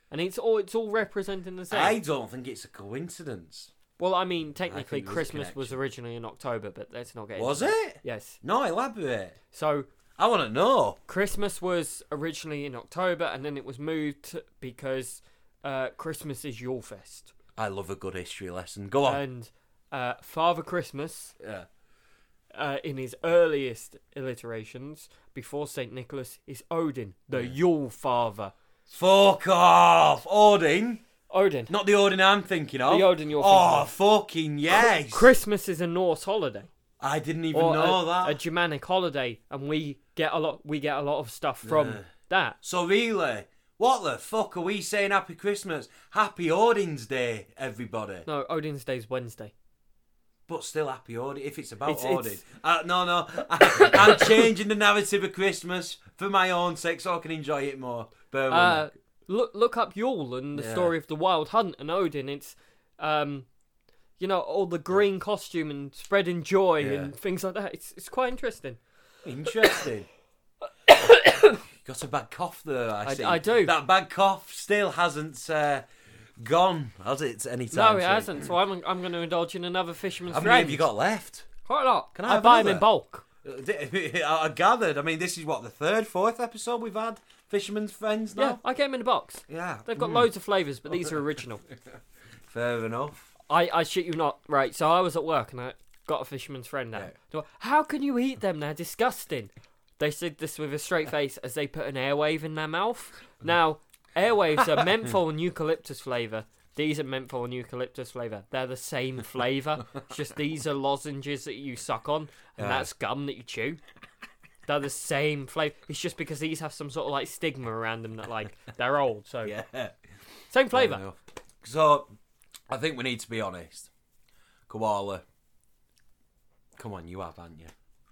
Speaker 2: And it's all it's all representing the same.
Speaker 1: I don't think it's a coincidence.
Speaker 2: well, I mean, technically,
Speaker 1: there's a
Speaker 2: Christmas was
Speaker 1: connection.
Speaker 2: originally in October, but let's not get
Speaker 1: Was
Speaker 2: into that.
Speaker 1: it?
Speaker 2: Yes.
Speaker 1: No, elaborate.
Speaker 2: So
Speaker 1: I want to know.
Speaker 2: Christmas was originally in October, and then it was moved because uh, Christmas is Yule Fest,
Speaker 1: I love a good history lesson. Go on.
Speaker 2: and uh, Father Christmas
Speaker 1: yeah.
Speaker 2: uh, in his earliest alliterations before Saint Nicholas is Odin, the Yule Father.
Speaker 1: Fuck off, Odin.
Speaker 2: Odin.
Speaker 1: Not the Odin I'm thinking of.
Speaker 2: The Odin you're
Speaker 1: Oh, fucking yes.
Speaker 2: Christmas is a Norse holiday,
Speaker 1: I didn't even
Speaker 2: a,
Speaker 1: know that.
Speaker 2: uh, a Germanic holiday, and we get a lot. We get a lot of stuff from that.
Speaker 1: So really, what the fuck are we saying? Happy Christmas, Happy Odin's Day, everybody.
Speaker 2: No, Odin's Day's Wednesday.
Speaker 1: But still, Happy Odin. If it's about
Speaker 2: It's-
Speaker 1: Odin,
Speaker 2: it's-
Speaker 1: Uh, no, no, I, I'm changing the narrative of Christmas for my own sake, so I can enjoy it more.
Speaker 2: Uh,
Speaker 1: Birmingham.
Speaker 2: look, look up Yule and the
Speaker 1: Yeah.
Speaker 2: story of the Wild Hunt and Odin. It's, um, you know, all the green costume and spreading joy
Speaker 1: Yeah.
Speaker 2: and things like that. It's it's quite interesting.
Speaker 1: Interesting. Got a bad cough there. I,
Speaker 2: I-
Speaker 1: see.
Speaker 2: I do.
Speaker 1: That bad cough still hasn't uh, gone, has it? Any time?
Speaker 2: no, it
Speaker 1: soon?
Speaker 2: hasn't. So I'm I'm going to indulge in another fisherman's
Speaker 1: How many
Speaker 2: friend.
Speaker 1: have you got left?
Speaker 2: Quite a lot.
Speaker 1: Can I
Speaker 2: I
Speaker 1: have
Speaker 2: buy them in
Speaker 1: another?
Speaker 2: bulk.
Speaker 1: Uh, I I gathered. I mean, this is what the third, fourth episode we've had Fisherman's Friends
Speaker 2: Yeah,
Speaker 1: now.
Speaker 2: I get them in a box.
Speaker 1: Yeah,
Speaker 2: They've got loads of flavours, but these are original.
Speaker 1: fair enough.
Speaker 2: I, I shit you not. Right, so I was at work and I got a fisherman's friend now. How can you eat them? They're disgusting. They said this with a straight face as they put an airwave in their mouth. Now, airwaves are menthol and eucalyptus flavour. These are menthol and eucalyptus flavour. They're the same flavour. It's just these are lozenges that you suck on, and that's gum that you chew. They're the same flavour. It's just because these have some sort of like stigma around them that like they're old. So
Speaker 1: Yeah, fair
Speaker 2: same flavour.
Speaker 1: enough. So, I think we need to be honest. Koala, come on, you have, haven't you?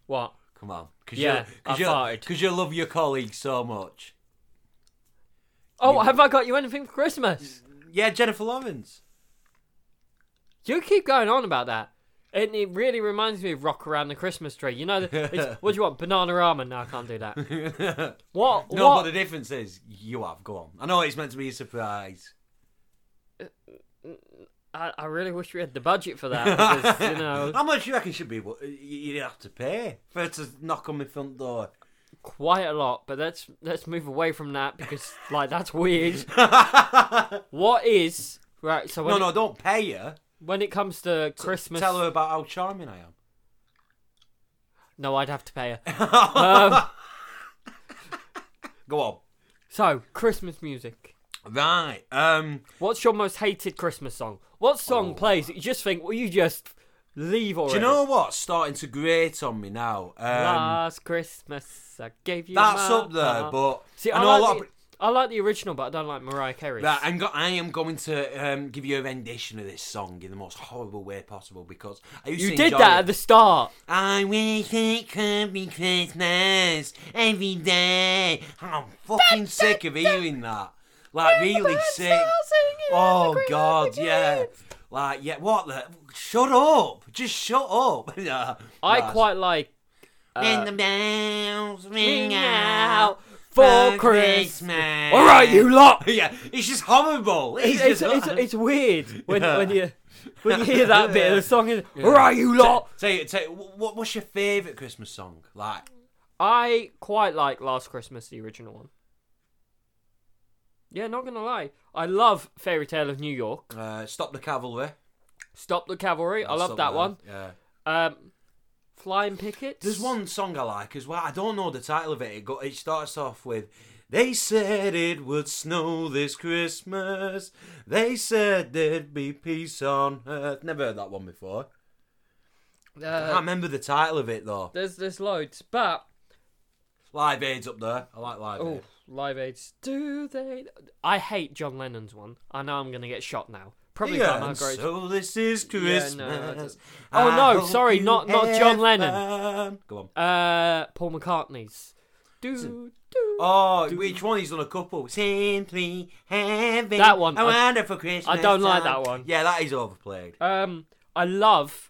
Speaker 2: What?
Speaker 1: Come on, because
Speaker 2: Yeah, I
Speaker 1: you
Speaker 2: farted.
Speaker 1: because you love your colleagues so much.
Speaker 2: Oh, have I got you anything for Christmas?
Speaker 1: Yeah, Jennifer Lawrence.
Speaker 2: You keep going on about that. And it really reminds me of Rock Around the Christmas Tree. You know, it's, what do you want? Banana ramen? No, I can't do that. What?
Speaker 1: No,
Speaker 2: what?
Speaker 1: but the difference is you have. Go on. I know it's meant to be a surprise.
Speaker 2: I, I really wish we had the budget for that. Because, you know,
Speaker 1: How much do you reckon should be? what- You'd have to pay for it to knock on my front door.
Speaker 2: quite a lot. But let's let's move away from that because, like, that's weird. what is right? So when
Speaker 1: No,
Speaker 2: it,
Speaker 1: no, don't pay her.
Speaker 2: when it comes to Christmas,
Speaker 1: Tell her about how charming I am.
Speaker 2: no, I'd have to pay her. um,
Speaker 1: Go on.
Speaker 2: so Christmas music.
Speaker 1: Right. Um.
Speaker 2: What's your most hated Christmas song? What song plays that you just think, well, you just leave already?
Speaker 1: Oh. Do you know what's starting to grate on me now? Um,
Speaker 2: Last Christmas, I gave you.
Speaker 1: that's
Speaker 2: my
Speaker 1: up there,
Speaker 2: heart.
Speaker 1: but
Speaker 2: See, I,
Speaker 1: I know a
Speaker 2: like
Speaker 1: lot.
Speaker 2: the,
Speaker 1: of,
Speaker 2: I like the original, but I don't like Mariah Carey's.
Speaker 1: right, I'm go- I am going to um, give you a rendition of this song in the most horrible way possible because I used
Speaker 2: you
Speaker 1: to
Speaker 2: did
Speaker 1: enjoy
Speaker 2: that
Speaker 1: It.
Speaker 2: at the start.
Speaker 1: I wish it could be Christmas every day. I'm fucking sick of hearing that. Like really sick. Oh God, yeah. Like yeah, what the? Shut up! Just shut up! yeah.
Speaker 2: I
Speaker 1: Right.
Speaker 2: quite like
Speaker 1: When the bells ring
Speaker 2: out
Speaker 1: out
Speaker 2: for
Speaker 1: for
Speaker 2: Christmas.
Speaker 1: Christmas.
Speaker 2: All right, you lot.
Speaker 1: Yeah, it's just horrible. It's,
Speaker 2: It's, it's,
Speaker 1: just
Speaker 2: it's, it's weird when,
Speaker 1: Yeah.
Speaker 2: when you when you hear that bit of the song. Is, All right, you lot.
Speaker 1: Say, say, what, what's your favourite Christmas song? Like,
Speaker 2: I quite like Last Christmas, the original one. Yeah, not gonna lie, I love Fairy Tale of New York.
Speaker 1: uh, "Stop the Cavalry."
Speaker 2: Stop the Cavalry, I love
Speaker 1: Stop
Speaker 2: that
Speaker 1: the-
Speaker 2: one.
Speaker 1: Yeah.
Speaker 2: Um, Flying Pickets.
Speaker 1: There's one song I like as well. I don't know the title of it. It, go, it starts off with, "They said it would snow this Christmas. They said there'd be peace on earth." Never heard that one before. I can't
Speaker 2: Uh,
Speaker 1: remember the title of it though.
Speaker 2: there's there's loads, but
Speaker 1: Live Aid's up there. I like Live
Speaker 2: oh,
Speaker 1: Aid.
Speaker 2: Live Aids. Do they? I hate John Lennon's one. I know I'm gonna get shot now. Probably by my
Speaker 1: Yeah,
Speaker 2: great.
Speaker 1: so this is
Speaker 2: Yeah,
Speaker 1: Christmas.
Speaker 2: no, I don't- Oh,
Speaker 1: I
Speaker 2: no,
Speaker 1: hope
Speaker 2: sorry,
Speaker 1: you
Speaker 2: not- not John
Speaker 1: have
Speaker 2: Lennon.
Speaker 1: fun. Go on.
Speaker 2: Uh, Paul McCartney's. do, do.
Speaker 1: Oh, which one? He's done a couple. Simply heaven.
Speaker 2: That one,
Speaker 1: I
Speaker 2: I-
Speaker 1: wonder for Christmas.
Speaker 2: I don't like
Speaker 1: time.
Speaker 2: that one.
Speaker 1: Yeah, that is overplayed.
Speaker 2: Um, I love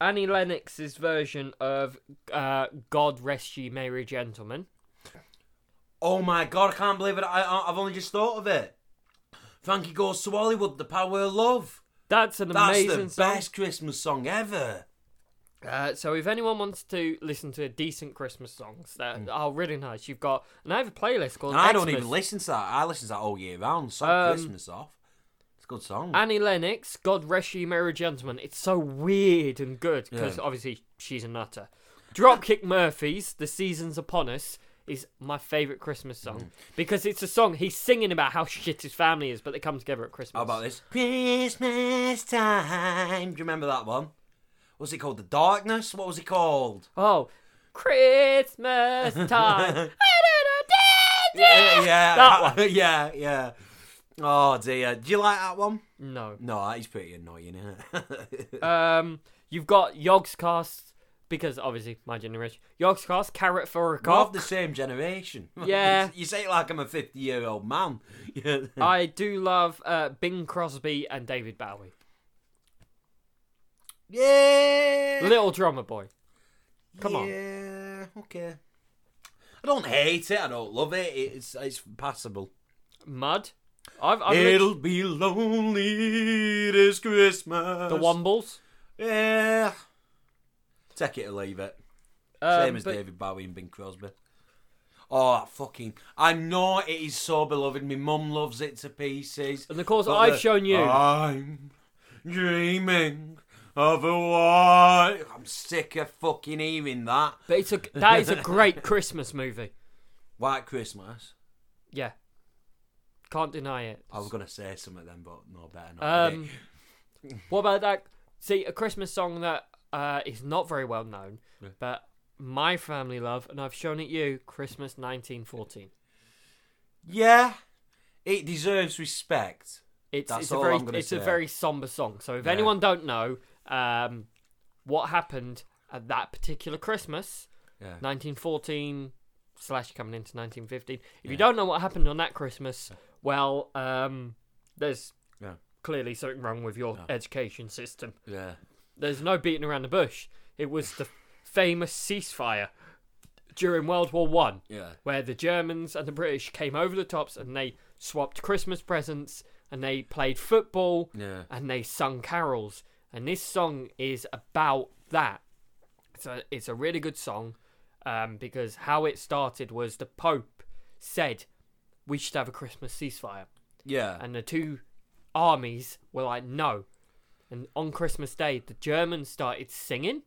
Speaker 2: Annie Lennox's version of uh, "God Rest Ye Merry Gentlemen."
Speaker 1: Oh my god, I can't believe it. I, I, I've only just thought of it. Frankie goes to Hollywood, the power of love.
Speaker 2: That's an
Speaker 1: That's
Speaker 2: amazing
Speaker 1: the
Speaker 2: song.
Speaker 1: best Christmas song ever.
Speaker 2: Uh, so if anyone wants to listen to decent Christmas songs that are really nice, you've got and I have a playlist called.
Speaker 1: And Mm. I don't
Speaker 2: Xmas.
Speaker 1: even listen to that. I listen to that all year round. So
Speaker 2: Um,
Speaker 1: Christmas off. It's a good song.
Speaker 2: Annie Lennox, God Rest Ye Merry Gentlemen. It's so weird and good because
Speaker 1: Yeah.
Speaker 2: obviously she's a nutter. Dropkick Murphys, The Season's Upon Us, is my favourite Christmas song
Speaker 1: Mm.
Speaker 2: because it's a song he's singing about how shit his family is, but they come together at Christmas.
Speaker 1: How about this? Christmas time. Do you remember that one? What's it called? The Darkness? What was it called?
Speaker 2: Oh, Christmas time.
Speaker 1: Yeah, yeah,
Speaker 2: That
Speaker 1: one. yeah, yeah. Oh dear. Do you like that one?
Speaker 2: no.
Speaker 1: No, that is pretty annoying, isn't it?
Speaker 2: Um, you've got Yogscast because obviously my generation. Yogscast, Carrot for a
Speaker 1: We're of
Speaker 2: Cock.
Speaker 1: the same generation.
Speaker 2: Yeah.
Speaker 1: you say it like I'm a 50 year old man. Yeah.
Speaker 2: I do love uh, Bing Crosby and David Bowie.
Speaker 1: yeah.
Speaker 2: Little Drummer Boy. come on.
Speaker 1: Yeah. Okay. I don't hate it. I don't love it. It's it's passable.
Speaker 2: Mud. I've, I've
Speaker 1: It'll
Speaker 2: lit-
Speaker 1: be lonely this Christmas.
Speaker 2: the Wombles.
Speaker 1: Yeah. Take it or leave it.
Speaker 2: Um,
Speaker 1: Same as
Speaker 2: but
Speaker 1: David Bowie and Bing Crosby. Oh, that fucking. I know it is so beloved. My mum loves it to pieces.
Speaker 2: And of course,
Speaker 1: But uh,
Speaker 2: I've
Speaker 1: the-
Speaker 2: shown you.
Speaker 1: I'm dreaming of a wife. I'm sick of fucking hearing that.
Speaker 2: But it's a that is a great Christmas movie.
Speaker 1: White Christmas.
Speaker 2: Yeah, can't deny it.
Speaker 1: I was going to say something then, but no, better not.
Speaker 2: Um, what about that? See, a Christmas song that uh, is not very well known, but my family love, and I've shown it you. Christmas 1914.
Speaker 1: yeah, it deserves respect.
Speaker 2: It's
Speaker 1: That's
Speaker 2: it's a
Speaker 1: all
Speaker 2: very
Speaker 1: I'm gonna
Speaker 2: it's a
Speaker 1: say.
Speaker 2: very somber song. So if anyone don't know, um, what happened at that particular Christmas,
Speaker 1: Yeah.
Speaker 2: 1914 slash coming into 1915. If you don't know what happened on that Christmas, well, um, there's
Speaker 1: Yeah.
Speaker 2: clearly something wrong with your education system.
Speaker 1: Yeah.
Speaker 2: There's no beating around the bush. It was the famous ceasefire during World War One,
Speaker 1: Yeah.
Speaker 2: where the Germans and the British came over the tops and they swapped Christmas presents and they played football
Speaker 1: Yeah.
Speaker 2: and they sung carols. And this song is about that. It's a, it's a really good song um, because how it started was the Pope said, We should have a Christmas ceasefire.
Speaker 1: Yeah.
Speaker 2: And the two armies were like, No. And on Christmas Day, the Germans started singing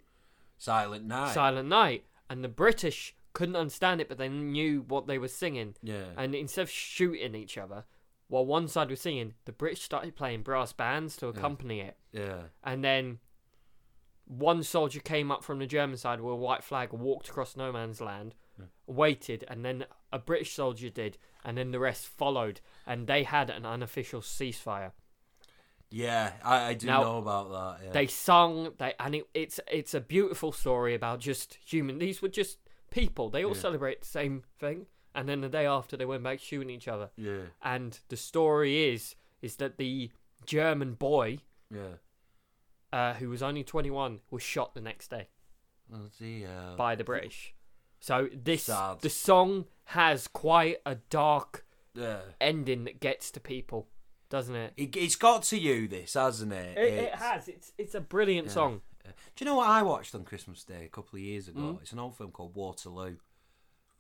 Speaker 1: Silent Night.
Speaker 2: Silent Night, and the British couldn't understand it, but they knew what they were singing.
Speaker 1: yeah.
Speaker 2: And instead of shooting each other, while one side was singing, the British started playing brass bands to accompany it.
Speaker 1: yeah.
Speaker 2: And then one soldier came up from the German side with a white flag, walked across no man's land, waited, and then a British soldier did, and then the rest followed, and they had an unofficial ceasefire.
Speaker 1: Yeah. I, I do
Speaker 2: Now-
Speaker 1: know about that. Yeah.
Speaker 2: They sung, they and it, it's it's a beautiful story about just human. These were just people. They all celebrate the same thing, and then the day after they went back shooting each other.
Speaker 1: yeah.
Speaker 2: And the story is is that the German boy
Speaker 1: Yeah.
Speaker 2: uh, who was only 21 was shot the next day.
Speaker 1: Oh dear.
Speaker 2: by the British. So this
Speaker 1: Sad.
Speaker 2: the song has quite a dark
Speaker 1: yeah.
Speaker 2: ending that gets to people, doesn't it?
Speaker 1: It, it's got to you, this, hasn't it? It's-
Speaker 2: has. It's it's a brilliant song.
Speaker 1: Do you know what I watched on Christmas Day a couple of years ago?
Speaker 2: Hmm?
Speaker 1: It's an old film called Waterloo.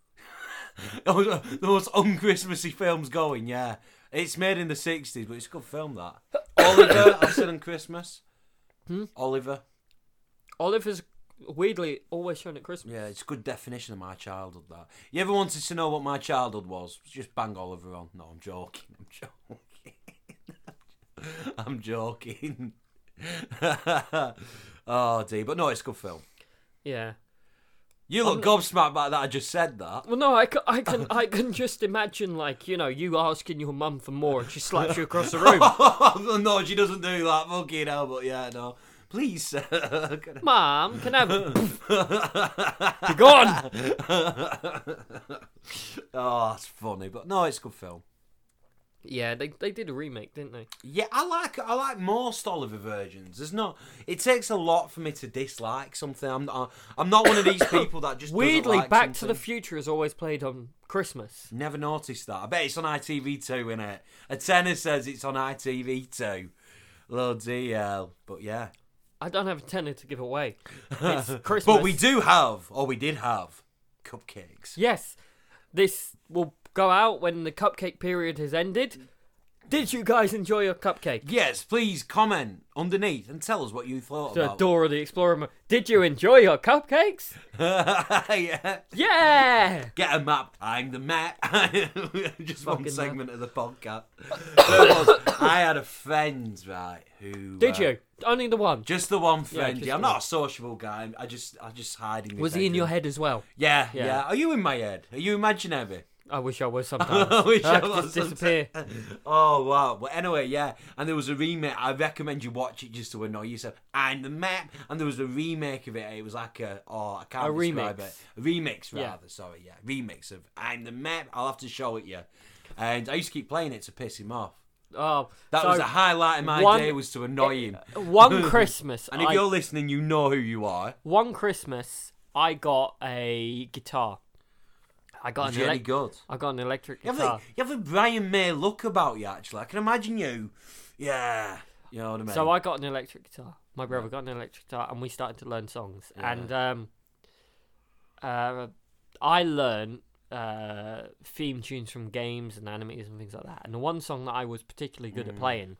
Speaker 1: It was, uh, the most un-Christmassy films going, yeah. It's made in the 60s, but it's a good film, that. Oliver, I said on Christmas.
Speaker 2: Hmm?
Speaker 1: Oliver.
Speaker 2: Oliver's weirdly always shown at Christmas.
Speaker 1: Yeah, it's a good definition of my childhood, that. You ever wanted to know what my childhood was? Just bang Oliver on. No, I'm joking. I'm joking. I'm joking. oh, dear. But no, it's a good film.
Speaker 2: Yeah.
Speaker 1: You look gobsmacked by that I just said that.
Speaker 2: Well, no, I can, I can I can just imagine like you know you asking your mum for more and she slaps you across the room.
Speaker 1: no, she doesn't do that. Fucking hell, but yeah, no. Please, sir. Can
Speaker 2: Mom, can I have
Speaker 1: I-
Speaker 2: Be gone?
Speaker 1: oh, that's funny, but no, it's a good film.
Speaker 2: Yeah, they, they did a remake, didn't they?
Speaker 1: Yeah, I like I like most Oliver versions. There's not. It takes a lot for me to dislike something. I'm not, I'm not one of these people that just doesn't
Speaker 2: Weirdly,
Speaker 1: like
Speaker 2: Back to the
Speaker 1: something.
Speaker 2: Future is always played on Christmas.
Speaker 1: Never noticed that. I bet it's on ITV2, innit? A tenor says it's on ITV2. Bloody hell. But yeah.
Speaker 2: I don't have a tenner to give away. It's Christmas.
Speaker 1: But we do have, or we did have, cupcakes.
Speaker 2: Yes, this will go out when the cupcake period has ended. Did you guys enjoy your cupcake?
Speaker 1: Yes, please comment underneath and tell us what you thought
Speaker 2: The
Speaker 1: about it.
Speaker 2: Dora the Explorer. mo- Did you enjoy your cupcakes?
Speaker 1: yeah.
Speaker 2: Yeah.
Speaker 1: Get a map. I'm the map. Just one
Speaker 2: Fucking
Speaker 1: segment of the podcast. There was- I had a friend, right, who...
Speaker 2: Did
Speaker 1: uh,
Speaker 2: you? Only the one.
Speaker 1: Just the one friend.
Speaker 2: just
Speaker 1: Yeah, I'm
Speaker 2: the
Speaker 1: not a sociable guy. I just, I just hide in. my
Speaker 2: Was he in
Speaker 1: bedroom.
Speaker 2: your head as well?
Speaker 1: Yeah, yeah,
Speaker 2: Yeah.
Speaker 1: Are you in my head? Are you imaginary?
Speaker 2: I wish I was sometimes.
Speaker 1: I wish I
Speaker 2: could
Speaker 1: was
Speaker 2: just disappear.
Speaker 1: Oh wow. But anyway, yeah. And there was a remake. I recommend you watch it just to annoy yourself. And the map. And there was a remake of it. It was like a oh, I can't
Speaker 2: A
Speaker 1: describe
Speaker 2: remix.
Speaker 1: it. A remix
Speaker 2: Yeah.
Speaker 1: rather. Sorry, yeah, remix of I'm the map. I'll have to show it you. And I used to keep playing it to piss him off.
Speaker 2: Oh,
Speaker 1: That
Speaker 2: so
Speaker 1: was the highlight of my
Speaker 2: one-
Speaker 1: day was to annoy him.
Speaker 2: one Christmas.
Speaker 1: And if
Speaker 2: I-
Speaker 1: you're listening, you know who you are.
Speaker 2: one Christmas, I got a guitar. I got
Speaker 1: Is
Speaker 2: an
Speaker 1: you any
Speaker 2: electric.
Speaker 1: good?
Speaker 2: I got an electric
Speaker 1: You
Speaker 2: guitar.
Speaker 1: have, a, you have a Brian May look about you, actually. I can imagine you. Yeah. You know what I mean?
Speaker 2: So I got an electric guitar. My brother got an electric guitar, and we started to learn songs. And um, uh, I learned uh, theme tunes from games and animes and things like that. And the one song that I was particularly good at playing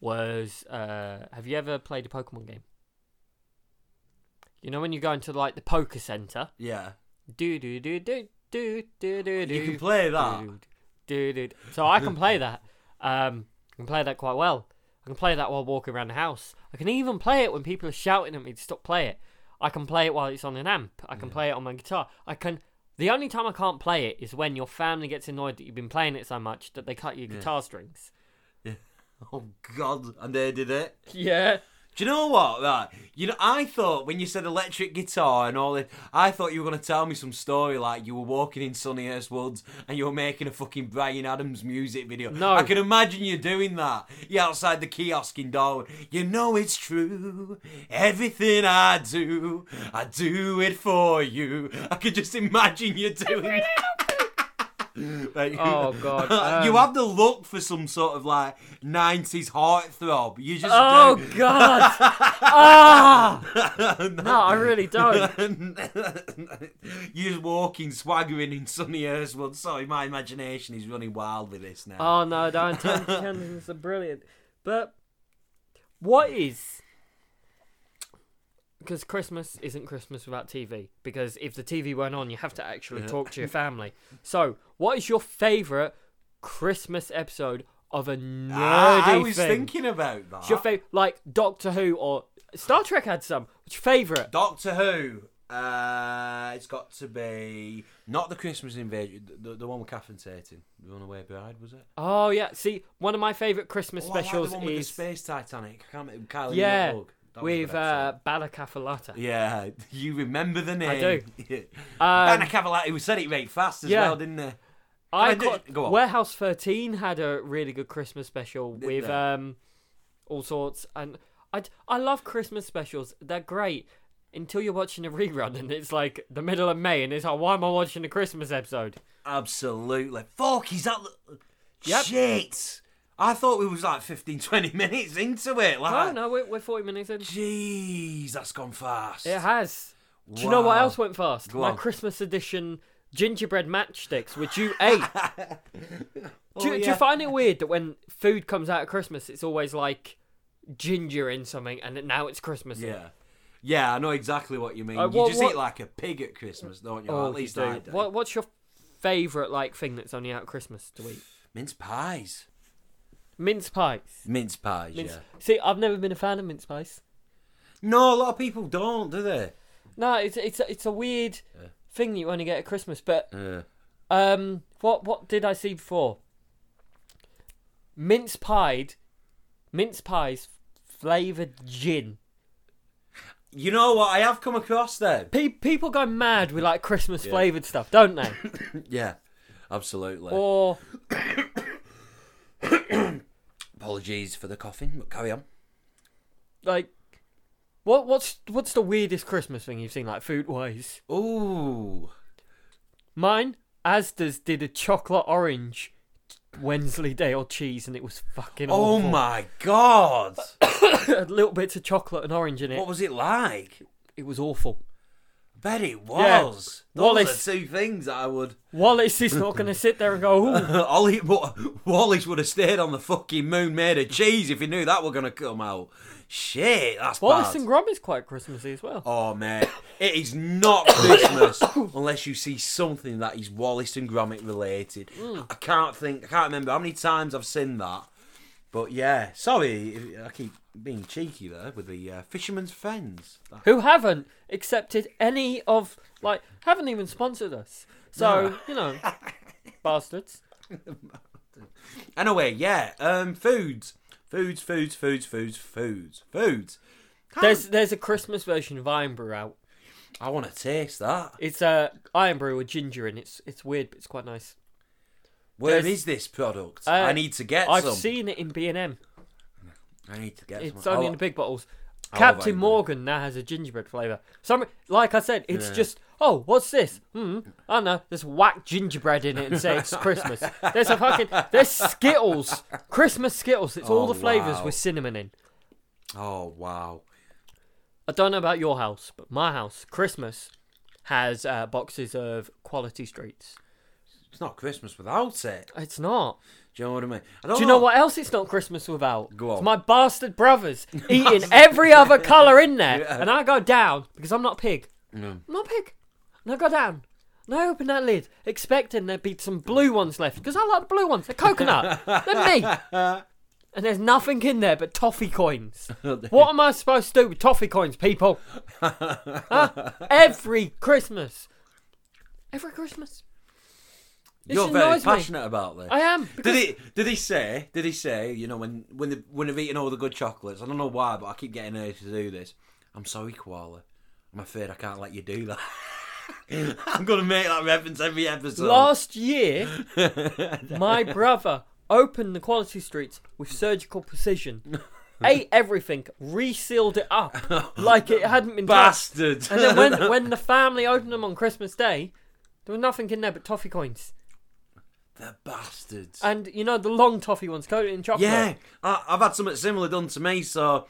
Speaker 2: was uh, Have you ever played a Pokemon game? You know when you go into like the poker center,
Speaker 1: yeah.
Speaker 2: do do do do do do do do.
Speaker 1: You can play that.
Speaker 2: Dude, so I can play that. Um, I can play that quite well. I can play that while walking around the house. I can even play it when people are shouting at me to stop play it. I can play it while it's on an amp. I can play it on my guitar. I can. The only time I can't play it is when your family gets annoyed that you've been playing it so much that they cut your guitar strings.
Speaker 1: Oh, God. And they did it.
Speaker 2: Yeah.
Speaker 1: Do you know what? Right. You know, I thought when you said electric guitar and all that, I thought you were going to tell me some story like you were walking in Sunnyhurst Woods and you were making a fucking Brian Adams music video.
Speaker 2: No.
Speaker 1: I can imagine you doing that. You're outside the kiosk in Darwin. You know it's true. Everything I do, I do it for you. I could just imagine you doing that. Like-
Speaker 2: Oh, God,
Speaker 1: you
Speaker 2: um,
Speaker 1: have the look for some sort of like '90s heartthrob. You just
Speaker 2: Oh
Speaker 1: do.
Speaker 2: God. ah. No, I really don't.
Speaker 1: You're just walking, swaggering in sunny Earthwood. Sorry, my imagination is running wild with this now.
Speaker 2: Oh no, Diane Tennant's are brilliant. But what is? Because Christmas isn't Christmas without TV. Because if the TV weren't on, you have to actually talk to your family. So, what is your favourite Christmas episode of a nerdy
Speaker 1: Ah, I was
Speaker 2: thing?
Speaker 1: thinking about that.
Speaker 2: What's your favorite, like Doctor Who or Star Trek had some. What's your favourite?
Speaker 1: Doctor Who. Uh, it's got to be not the Christmas invasion, the, the, the one with Catherine Tatum, the Runaway Bride, was it?
Speaker 2: Oh yeah, see, one of my favourite Christmas
Speaker 1: Oh, I like
Speaker 2: specials
Speaker 1: the one with
Speaker 2: is
Speaker 1: the space Titanic. I can't remember. Kylie
Speaker 2: yeah,
Speaker 1: Minogue. That was a
Speaker 2: with
Speaker 1: good episode.
Speaker 2: uh, Bala Cafalata.
Speaker 1: Yeah, you remember the name. do.
Speaker 2: Um,
Speaker 1: Banner Cavallari, who said it very fast as
Speaker 2: yeah.
Speaker 1: well, didn't they?
Speaker 2: I,
Speaker 1: I did-
Speaker 2: caught-
Speaker 1: go on.
Speaker 2: Warehouse 13 had a really good Christmas special with
Speaker 1: they?
Speaker 2: um all sorts and I d- I love Christmas specials. They're great until you're watching a rerun and it's like the middle of May and it's like why am I watching a Christmas episode?
Speaker 1: Absolutely. Fuck, is that... the-
Speaker 2: Yep.
Speaker 1: Shit! I thought we was like 15, 20 minutes into it.
Speaker 2: Oh
Speaker 1: Like,
Speaker 2: no, we're, we're 40 minutes in.
Speaker 1: Jeez, that's gone fast.
Speaker 2: It has. Do you know what
Speaker 1: Wow.
Speaker 2: else went fast?
Speaker 1: Go
Speaker 2: My
Speaker 1: on.
Speaker 2: Christmas edition gingerbread matchsticks which you ate. do, you- do you
Speaker 1: Oh, yeah.
Speaker 2: find it weird that when food comes out at Christmas it's always like ginger in something and now it's Christmas. in it?
Speaker 1: Yeah. Yeah, I know exactly what you mean.
Speaker 2: Uh,
Speaker 1: you
Speaker 2: what-
Speaker 1: just
Speaker 2: what-
Speaker 1: eat like a pig at Christmas, don't you?
Speaker 2: Oh,
Speaker 1: at least
Speaker 2: you do.
Speaker 1: I do.
Speaker 2: What, what's your favourite like thing that's only out at Christmas to eat?
Speaker 1: Mince pies.
Speaker 2: Mince pies.
Speaker 1: Mince pies,
Speaker 2: Mince-
Speaker 1: yeah.
Speaker 2: See, I've never been a fan of mince pies.
Speaker 1: No, a lot of people don't, do they?
Speaker 2: No, it's it's a- it's a weird thing that you only get at Christmas. But
Speaker 1: Yeah.
Speaker 2: um, what what did I see before? Mince pied, mince pies flavored gin.
Speaker 1: You know what I have come across then?
Speaker 2: Pe- people go mad with like Christmas flavored stuff, don't they?
Speaker 1: Yeah, absolutely.
Speaker 2: or
Speaker 1: Apologies for the coughing, but carry on.
Speaker 2: like, what what's what's the weirdest Christmas thing you've seen like food wise?
Speaker 1: Ooh.
Speaker 2: Mine, Asda's did a chocolate orange Wensleydale cheese, and it was fucking
Speaker 1: Oh
Speaker 2: awful.
Speaker 1: my god.
Speaker 2: Had little bits of chocolate and orange in it.
Speaker 1: what was it like?
Speaker 2: It was awful.
Speaker 1: Bet it was. Those
Speaker 2: Wallace-
Speaker 1: are two things I would.
Speaker 2: Wallace is not going to sit there and go, Ooh,
Speaker 1: Ollie, Wa- Wallace would have stayed on the fucking moon made of cheese if he knew that were going to come out. Shit, that's
Speaker 2: Wallace
Speaker 1: bad.
Speaker 2: and Gromit is quite Christmassy as well.
Speaker 1: Oh man, it is not Christmas unless you see something that is Wallace and Gromit related.
Speaker 2: Mm.
Speaker 1: I can't think, I can't remember how many times I've seen that. But yeah, sorry, if- I keep being cheeky there with the uh, fisherman's friends.
Speaker 2: Who haven't accepted any of, like, haven't even sponsored us. So, you know, bastards.
Speaker 1: Anyway, yeah, um, foods, foods, foods, foods, foods, foods, foods.
Speaker 2: There's there's a Christmas version of Iron Brew out.
Speaker 1: I want to taste that.
Speaker 2: It's uh, Iron Brew with ginger in it. It's, it's weird, but it's quite nice.
Speaker 1: Where is
Speaker 2: There's-
Speaker 1: this product?
Speaker 2: Uh,
Speaker 1: I need to get
Speaker 2: I've
Speaker 1: some.
Speaker 2: seen it in B&M.
Speaker 1: I need to get
Speaker 2: It's
Speaker 1: some.
Speaker 2: only
Speaker 1: Oh,
Speaker 2: in the big bottles.
Speaker 1: love
Speaker 2: Captain
Speaker 1: Iron Brew.
Speaker 2: Morgan now has a gingerbread flavour. Some, like I said, it's just oh, what's this? Hmm, I don't know. There's whack gingerbread in it and say it's Christmas. There's a fucking there's Skittles, Christmas Skittles. It's all
Speaker 1: Oh,
Speaker 2: the flavours
Speaker 1: wow.
Speaker 2: with cinnamon in.
Speaker 1: oh wow.
Speaker 2: I don't know about your house, but my house Christmas has uh, boxes of quality streets.
Speaker 1: It's not Christmas without it.
Speaker 2: It's not.
Speaker 1: Do you know what I mean? I don't
Speaker 2: Do you know what else it's not Christmas without?
Speaker 1: Oh. Go on.
Speaker 2: It's my bastard brothers eating every other colour in there.
Speaker 1: Yeah.
Speaker 2: And I go down because I'm not a pig.
Speaker 1: No.
Speaker 2: I'm not a pig. And I go down. And I open that lid, expecting there'd be some blue ones left. Because I like the blue ones. They're coconut. They're me. And there's nothing in there but toffee coins. What am I supposed to do with toffee coins, people? Huh? Every Christmas. Every Christmas. This
Speaker 1: You're very
Speaker 2: annoys me.
Speaker 1: passionate about this.
Speaker 2: I am.
Speaker 1: Did
Speaker 2: Because
Speaker 1: he? Did he say? Did he say? You know, when when they, when they've eaten all the good chocolates, I don't know why, but I keep getting urged to do this. I'm sorry, koala. I'm afraid I can't let you do that. I'm gonna make that reference every episode.
Speaker 2: last year, my brother opened the quality streets with surgical precision. Ate everything, resealed it up like it hadn't been touched.
Speaker 1: Bastard.
Speaker 2: And then when, when the family opened them on Christmas Day, there was nothing in there but toffee coins.
Speaker 1: the bastards.
Speaker 2: And you know the long toffee ones coated in chocolate.
Speaker 1: Yeah, I, I've had something similar done to me. So,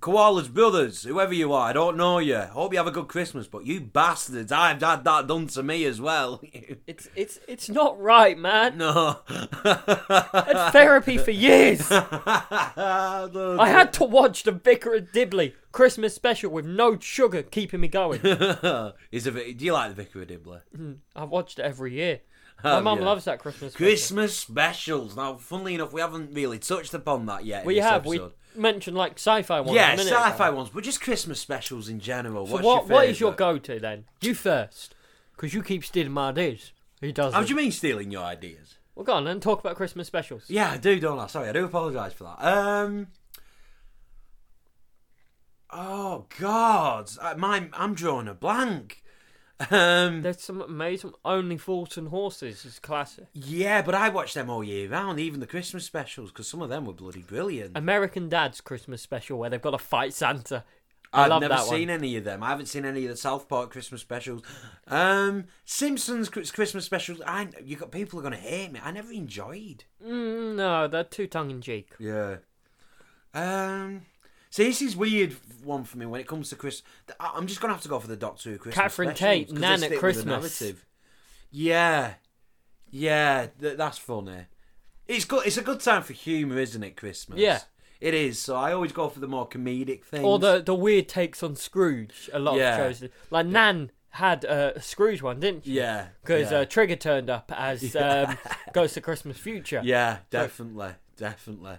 Speaker 1: koalas, brothers, whoever you are, I don't know you. Hope you have a good Christmas, but you bastards, I've had that done to me as well.
Speaker 2: It's it's it's not right, man.
Speaker 1: no.
Speaker 2: Had therapy for years. I
Speaker 1: I
Speaker 2: had to watch the Vicar of Dibley Christmas special with no sugar keeping me going.
Speaker 1: Is a, bit- do you like the Vicar of Dibley?
Speaker 2: I've watched it every year. My mum
Speaker 1: yeah.
Speaker 2: loves that Christmas. special.
Speaker 1: Christmas specials. Now, funnily enough, we haven't really touched upon that yet. in
Speaker 2: we
Speaker 1: this
Speaker 2: have
Speaker 1: episode.
Speaker 2: we mentioned like sci-fi ones.
Speaker 1: yeah,
Speaker 2: a minute ago.
Speaker 1: sci-fi ones, but just Christmas specials in general.
Speaker 2: So
Speaker 1: What's
Speaker 2: what
Speaker 1: your
Speaker 2: what is your
Speaker 1: favourite?
Speaker 2: go-to then? You first, because you keep stealing my ideas. He does.
Speaker 1: How do you mean stealing your ideas?
Speaker 2: Well, go on then. Talk about Christmas specials.
Speaker 1: Yeah, I do, don't I? Sorry, I do apologise for that. Um. Oh God, I, my, I'm drawing a blank. Um.
Speaker 2: There's some amazing. Only Fools and Horses is classic.
Speaker 1: Yeah, but I watch them all year round, even the Christmas specials, because some of them were bloody brilliant.
Speaker 2: American Dad's Christmas special where they've got to fight Santa. I
Speaker 1: I've
Speaker 2: love
Speaker 1: never
Speaker 2: that
Speaker 1: seen
Speaker 2: one.
Speaker 1: any of them. I haven't seen any of the South Park Christmas specials. Um, Simpsons Chris- Christmas specials. I you got people are gonna hate me. I never enjoyed.
Speaker 2: Mm, no, they're too tongue in cheek.
Speaker 1: Yeah. Um. See, this is weird one for me when it comes to Chris. I- I'm just gonna have to go for the Doctor Who Christmas.
Speaker 2: Catherine
Speaker 1: specials,
Speaker 2: Tate,
Speaker 1: 'cause they
Speaker 2: Nan at
Speaker 1: stick with the
Speaker 2: Christmas.
Speaker 1: narrative. Yeah, yeah, th- that's funny. It's good. It's a good time for humour, isn't it? Christmas.
Speaker 2: Yeah.
Speaker 1: it is. So I always go for the more comedic things.
Speaker 2: Or the the weird takes on Scrooge. A lot
Speaker 1: Yeah.
Speaker 2: of shows. did. Like Nan had uh, a Scrooge one, didn't she?
Speaker 1: yeah,
Speaker 2: Because
Speaker 1: yeah.
Speaker 2: uh, Trigger turned up as um, Ghost of Christmas Future.
Speaker 1: Yeah, definitely, definitely.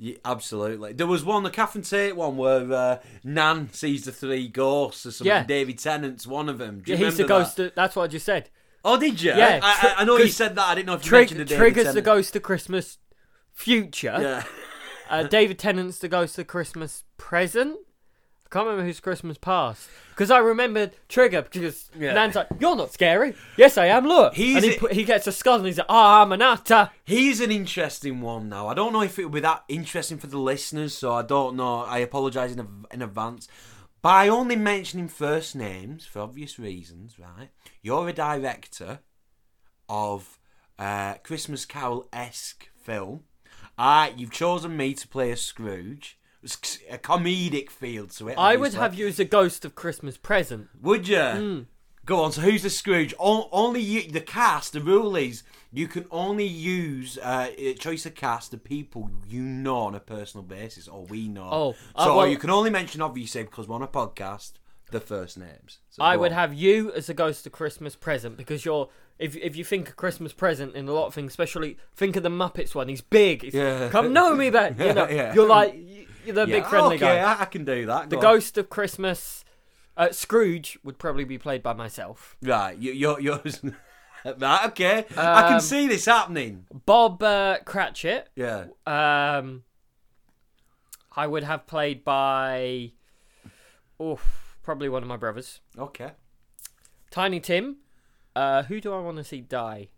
Speaker 1: Yeah, absolutely. There was one, the Catherine Tate one, where uh, Nan sees the three ghosts or something.
Speaker 2: Yeah.
Speaker 1: David Tennant's one of them. Do
Speaker 2: Yeah,
Speaker 1: you
Speaker 2: he's the
Speaker 1: remember
Speaker 2: ghost.
Speaker 1: That?
Speaker 2: Of, that's what I just said.
Speaker 1: Oh, did you?
Speaker 2: Yeah,
Speaker 1: I, I, I know you
Speaker 2: because
Speaker 1: said that. I didn't know if you
Speaker 2: Trig-
Speaker 1: mentioned the David
Speaker 2: triggers
Speaker 1: Tennant.
Speaker 2: the Ghost of Christmas Future,
Speaker 1: Yeah.
Speaker 2: Uh, David Tennant's The Ghost of Christmas Present. I can't remember whose Christmas past. Because I remembered Trigger, because
Speaker 1: Yeah.
Speaker 2: Nan's like, You're not scary. Yes, I am, look.
Speaker 1: He's
Speaker 2: and he,
Speaker 1: a-
Speaker 2: put, he gets a skull and he's like, Ah, I'm an actor.
Speaker 1: He's an interesting one now. I don't know if it will be that interesting for the listeners, so I don't know. I apologise in, av- in advance. By only mentioning first names, for obvious reasons, right? You're a director of uh, Christmas Carol esque film. I, you've chosen me to play a Scrooge. It's a comedic feel to it.
Speaker 2: I would
Speaker 1: obviously.
Speaker 2: have you as a ghost of Christmas present.
Speaker 1: Would you?
Speaker 2: Hmm.
Speaker 1: Go on. So who's the Scrooge? O- only you, the cast. The rule is you can only use uh, a choice of cast the people you know on a personal basis, or we know.
Speaker 2: Oh, uh,
Speaker 1: so
Speaker 2: well-
Speaker 1: you can only mention obviously because we're on a podcast. The first names. So
Speaker 2: I
Speaker 1: go
Speaker 2: would
Speaker 1: on.
Speaker 2: have you as a ghost of Christmas present because you're. If, if you think of Christmas present in a lot of things, especially think of the Muppets one, he's big. He's,
Speaker 1: Yeah.
Speaker 2: Come know me, back. You know,
Speaker 1: Yeah.
Speaker 2: You're like you're the
Speaker 1: Yeah,
Speaker 2: big friendly
Speaker 1: okay,
Speaker 2: guy.
Speaker 1: I, I can do that.
Speaker 2: The
Speaker 1: Go on.
Speaker 2: ghost of Christmas uh, Scrooge would probably be played by myself.
Speaker 1: Right. You, you're yours. right. Okay. I can
Speaker 2: Um,
Speaker 1: see this happening.
Speaker 2: Bob uh, Cratchit.
Speaker 1: Yeah.
Speaker 2: Um, I would have played by, oof, probably one of my brothers.
Speaker 1: Okay.
Speaker 2: Tiny Tim. Uh, who do I want to see die?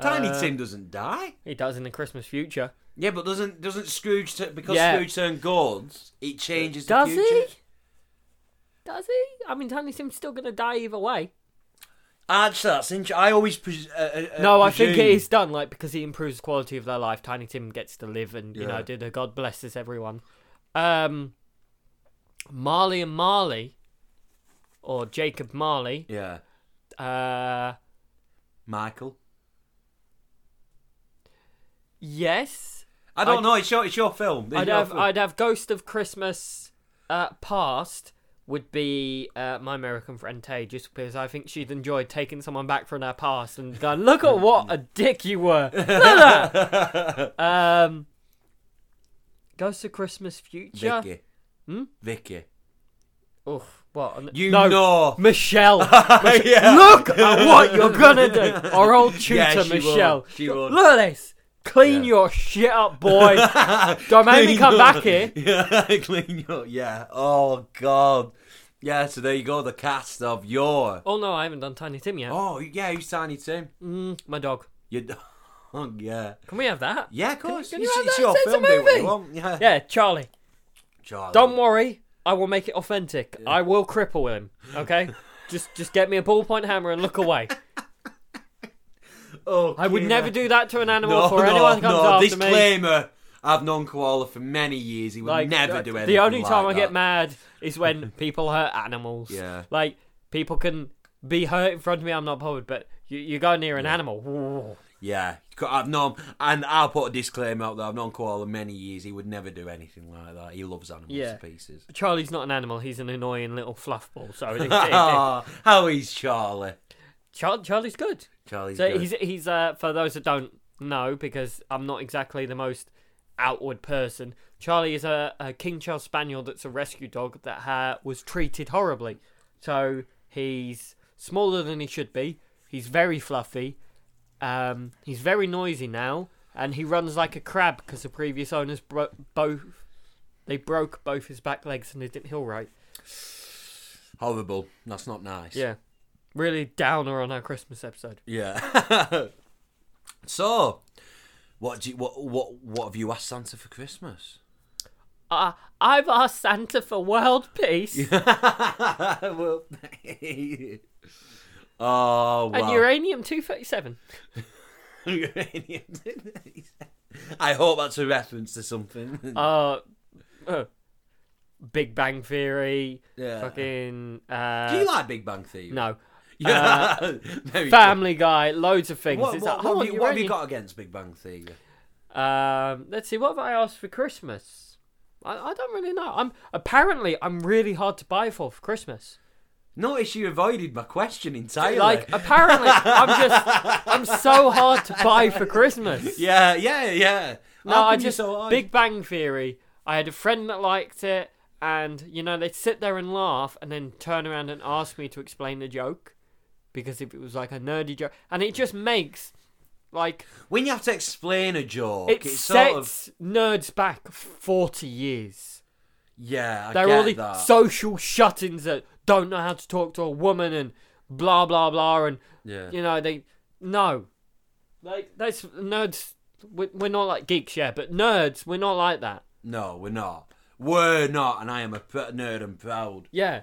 Speaker 1: Tiny
Speaker 2: Uh,
Speaker 1: Tim doesn't die.
Speaker 2: He does in the Christmas future.
Speaker 1: Yeah, but doesn't doesn't Scrooge t- because
Speaker 2: Yeah.
Speaker 1: Scrooge turned gold? It changes.
Speaker 2: Does
Speaker 1: the
Speaker 2: he?
Speaker 1: future.
Speaker 2: Does he? I mean, Tiny Tim's still gonna die either way.
Speaker 1: Actually, that's interesting. I always pres- uh, uh, uh,
Speaker 2: No, I think it
Speaker 1: presume-
Speaker 2: is done like because he improves the quality of their life. Tiny Tim gets to live, and you
Speaker 1: Yeah.
Speaker 2: know, do the God blesses everyone. Um, Marley and Marley, or Jacob Marley.
Speaker 1: Yeah,
Speaker 2: Uh,
Speaker 1: Michael.
Speaker 2: yes,
Speaker 1: I don't
Speaker 2: I-
Speaker 1: know. It's your it's your film. It's
Speaker 2: I'd
Speaker 1: your
Speaker 2: have
Speaker 1: film.
Speaker 2: I'd have Ghost of Christmas uh, Past would be uh, my American friend Tay, just because I think she'd enjoy taking someone back from their past and going, look at what a dick you were. Look at that." um, Ghost of Christmas Future.
Speaker 1: Vicky. Vicky.
Speaker 2: Oh, what? on the-
Speaker 1: You
Speaker 2: Hmm? no,
Speaker 1: know.
Speaker 2: Michelle.
Speaker 1: yeah.
Speaker 2: look at what you're gonna do. Our old tutor,
Speaker 1: Yeah, she will.
Speaker 2: Michelle.
Speaker 1: She will.
Speaker 2: Look at this. Clean your shit up, boy. Don't make me
Speaker 1: Clean
Speaker 2: come
Speaker 1: up.
Speaker 2: back here.
Speaker 1: Yeah, clean up. Yeah. Oh God. Yeah. So there you go. The cast of your.
Speaker 2: Oh no, I haven't done Tiny Tim yet.
Speaker 1: Oh yeah. Who's Tiny Tim?
Speaker 2: Mm, my dog.
Speaker 1: You. d- Oh yeah.
Speaker 2: Can we have that?
Speaker 1: Yeah. Of course.
Speaker 2: can you
Speaker 1: it's
Speaker 2: have
Speaker 1: it's
Speaker 2: that?
Speaker 1: your
Speaker 2: It's a
Speaker 1: film. do what you
Speaker 2: movie.
Speaker 1: want. Yeah.
Speaker 2: Yeah, Charlie.
Speaker 1: Charlie.
Speaker 2: Don't worry, I will make it authentic. I will cripple him. Okay, just just get me a ballpoint hammer and look away.
Speaker 1: Oh,
Speaker 2: I would
Speaker 1: Kira.
Speaker 2: never do that to an animal or anyone who comes
Speaker 1: no,
Speaker 2: after
Speaker 1: this
Speaker 2: me.
Speaker 1: claimer. I've known Koala for many years. He would
Speaker 2: Like,
Speaker 1: never
Speaker 2: uh,
Speaker 1: do anything.
Speaker 2: The only
Speaker 1: like
Speaker 2: time I
Speaker 1: that.
Speaker 2: get mad is when people hurt animals.
Speaker 1: Yeah.
Speaker 2: Like people can be hurt in front of me. I'm not bothered, but you, you go near an animal. Ooh.
Speaker 1: Yeah, I've known, and I'll put a disclaimer out there. I've known Koala many years. He would never do anything like that. He loves animals
Speaker 2: Yeah.
Speaker 1: to pieces.
Speaker 2: Charlie's not an animal. He's an annoying little fluffball. So it, it, it-
Speaker 1: Ah, how is Charlie?
Speaker 2: Char- Charlie's good.
Speaker 1: Charlie's
Speaker 2: So
Speaker 1: good.
Speaker 2: he's he's uh, for those that don't know, because I'm not exactly the most outward person. Charlie is a, a King Charles Spaniel that's a rescue dog that uh, was treated horribly. So he's smaller than he should be. He's very fluffy. Um, he's very noisy now, and he runs like a crab because the previous owners bro- both they broke both his back legs and they didn't heal right.
Speaker 1: horrible. That's not nice.
Speaker 2: Yeah, really downer on our Christmas episode.
Speaker 1: yeah. so, what do you, what what what have you asked Santa for Christmas?
Speaker 2: Uh, I've asked Santa for world peace.
Speaker 1: well, oh, wow.
Speaker 2: and uranium 237
Speaker 1: Uranium. I hope that's a reference to something.
Speaker 2: uh, uh, big bang theory
Speaker 1: Yeah.
Speaker 2: fucking
Speaker 1: Do
Speaker 2: uh
Speaker 1: you like Big Bang Theory?
Speaker 2: no Uh,
Speaker 1: Yeah. There you go.
Speaker 2: family guy loads of things
Speaker 1: What,
Speaker 2: It's
Speaker 1: what-
Speaker 2: like,
Speaker 1: what
Speaker 2: "Oh,
Speaker 1: have you, what have you
Speaker 2: uranium."
Speaker 1: got against Big Bang Theory?
Speaker 2: um let's see what have i asked for christmas I, I don't really know i'm apparently i'm really hard to buy for for christmas
Speaker 1: Notice you avoided my question entirely.
Speaker 2: like apparently i'm just i'm so hard to buy for christmas
Speaker 1: yeah, yeah, yeah.
Speaker 2: No, I just Big Bang Theory. I had a friend that liked it, and you know they'd sit there and laugh, and then turn around and ask me to explain the joke, because if it was like a nerdy joke, and it just makes Like
Speaker 1: When you have to explain a joke,
Speaker 2: it
Speaker 1: it's
Speaker 2: sets
Speaker 1: sort of
Speaker 2: nerds back forty years.
Speaker 1: yeah. I
Speaker 2: They're
Speaker 1: get
Speaker 2: all the
Speaker 1: that.
Speaker 2: social shut-ins that don't know how to talk to a woman and blah blah blah and
Speaker 1: yeah.
Speaker 2: you know they no like that's nerds. we- We're not like geeks, yeah, but nerds, we're not like that.
Speaker 1: No, we're not. We're not, and I am a pr- nerd and proud.
Speaker 2: Yeah.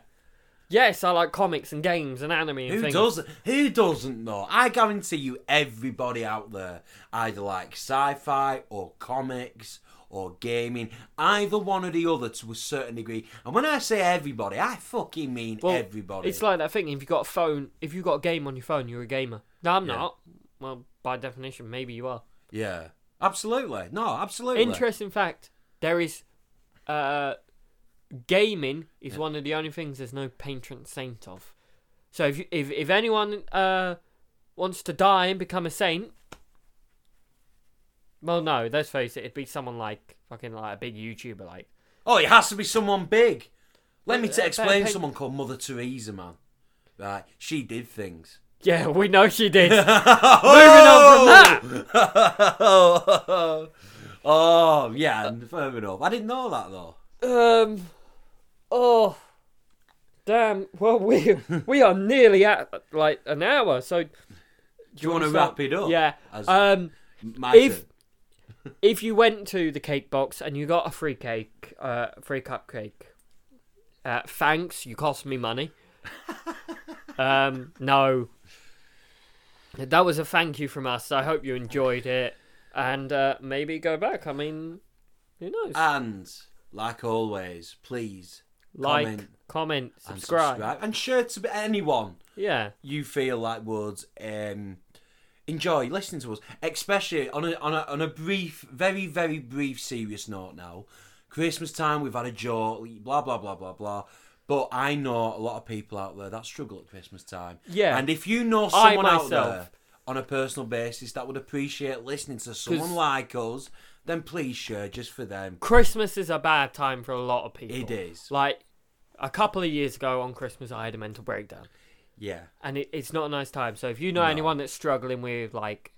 Speaker 2: Yes, I like comics and games and anime and
Speaker 1: Who
Speaker 2: things.
Speaker 1: doesn't? Who doesn't though? I guarantee you, everybody out there either like sci-fi or comics or gaming, either one or the other to a certain degree. And when I say everybody, I fucking mean
Speaker 2: Well,
Speaker 1: everybody.
Speaker 2: It's like that thing. If you got a phone, if you got a game on your phone, you're a gamer. No, I'm
Speaker 1: Yeah.
Speaker 2: not. Well, by definition, maybe you are.
Speaker 1: yeah, absolutely. No, absolutely.
Speaker 2: Interesting fact: there is, uh, gaming is one of the only things there's no patron saint of. So if you, if if anyone uh wants to die and become a saint, well, no, let's face it, it'd be someone like fucking like a big YouTuber, like
Speaker 1: Oh, it has to be someone big. Let me
Speaker 2: Uh,
Speaker 1: t-
Speaker 2: uh,
Speaker 1: explain.
Speaker 2: pa-
Speaker 1: Someone called Mother Teresa, man. Right, she did things.
Speaker 2: yeah, we know she did. Moving on from that.
Speaker 1: Moving on from that. oh yeah, and fair enough. I didn't know that though.
Speaker 2: Um. Oh. Damn. Well, we we are nearly at like an hour. So. Do
Speaker 1: you wanna
Speaker 2: start-
Speaker 1: wrap it up?
Speaker 2: Yeah.
Speaker 1: As-
Speaker 2: um.
Speaker 1: My
Speaker 2: If
Speaker 1: turn.
Speaker 2: if you went to the cake box and you got a free cake, uh, free cupcake. Uh, thanks. You cost me money. um. No. That was a thank you from us. I hope you enjoyed it, and uh, maybe go back. I mean, who knows?
Speaker 1: Uh, and like always, please
Speaker 2: like,
Speaker 1: comment
Speaker 2: comment,
Speaker 1: and
Speaker 2: subscribe.
Speaker 1: subscribe and share to anyone
Speaker 2: Yeah.
Speaker 1: you feel like would um, enjoy listening to us, especially on a, on a on a brief, very very brief, serious note. Now, Christmas time, we've had a joke, blah blah blah blah blah. But I know a lot of people out there that struggle at Christmas time.
Speaker 2: Yeah.
Speaker 1: and if you know
Speaker 2: I
Speaker 1: someone out there
Speaker 2: myself-
Speaker 1: on a personal basis that would appreciate listening to someone
Speaker 2: 'Cause-
Speaker 1: like us, then please share just for them.
Speaker 2: Christmas is a bad time for a lot of people.
Speaker 1: It is.
Speaker 2: Like a couple of years ago on Christmas, I had a mental breakdown,
Speaker 1: Yeah,
Speaker 2: and it, it's not a nice time. So if you know anyone that's struggling with like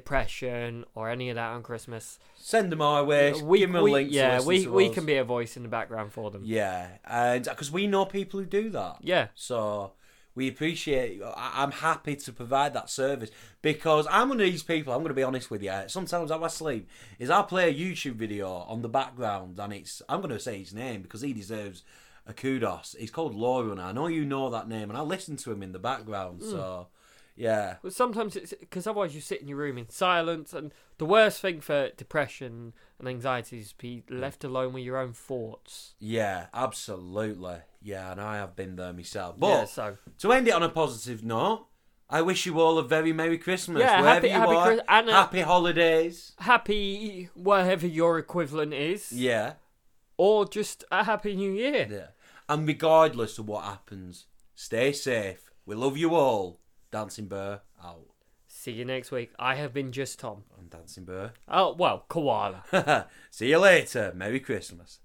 Speaker 2: depression or any of that on Christmas,
Speaker 1: send them our way.
Speaker 2: we,
Speaker 1: give them a
Speaker 2: we-
Speaker 1: link. to
Speaker 2: yeah,
Speaker 1: listen
Speaker 2: we
Speaker 1: to
Speaker 2: we
Speaker 1: us.
Speaker 2: can be a voice in the background for them.
Speaker 1: Yeah, and because we know people who do that.
Speaker 2: Yeah.
Speaker 1: So we appreciate. I- I'm happy to provide that service because I'm one of these people. I'm going to be honest with you. Sometimes how I sleep is I play a YouTube video on the background, and it's I'm going to say his name because he deserves a kudos. He's called Lauren. I know you know that name, and I listen to him in the background.
Speaker 2: Hmm.
Speaker 1: So yeah,
Speaker 2: But sometimes it's because otherwise you sit in your room in silence, and the worst thing for depression and anxiety is to be left alone with your own thoughts.
Speaker 1: yeah, absolutely. Yeah, and I have been there myself. But
Speaker 2: yeah, so
Speaker 1: To end it on a positive note, I wish you all a very Merry Christmas.
Speaker 2: Yeah,
Speaker 1: wherever
Speaker 2: happy-
Speaker 1: you
Speaker 2: happy
Speaker 1: are.
Speaker 2: Chris- and uh, a-
Speaker 1: happy holidays.
Speaker 2: happy whatever your equivalent is.
Speaker 1: Yeah.
Speaker 2: or just a happy new year.
Speaker 1: Yeah. And regardless of what happens, stay safe. We love you all. Dancing Bear out.
Speaker 2: See you next week. I have been just Tom.
Speaker 1: I'm Dancing Bear.
Speaker 2: Oh, well, Koala.
Speaker 1: See you later. Merry Christmas.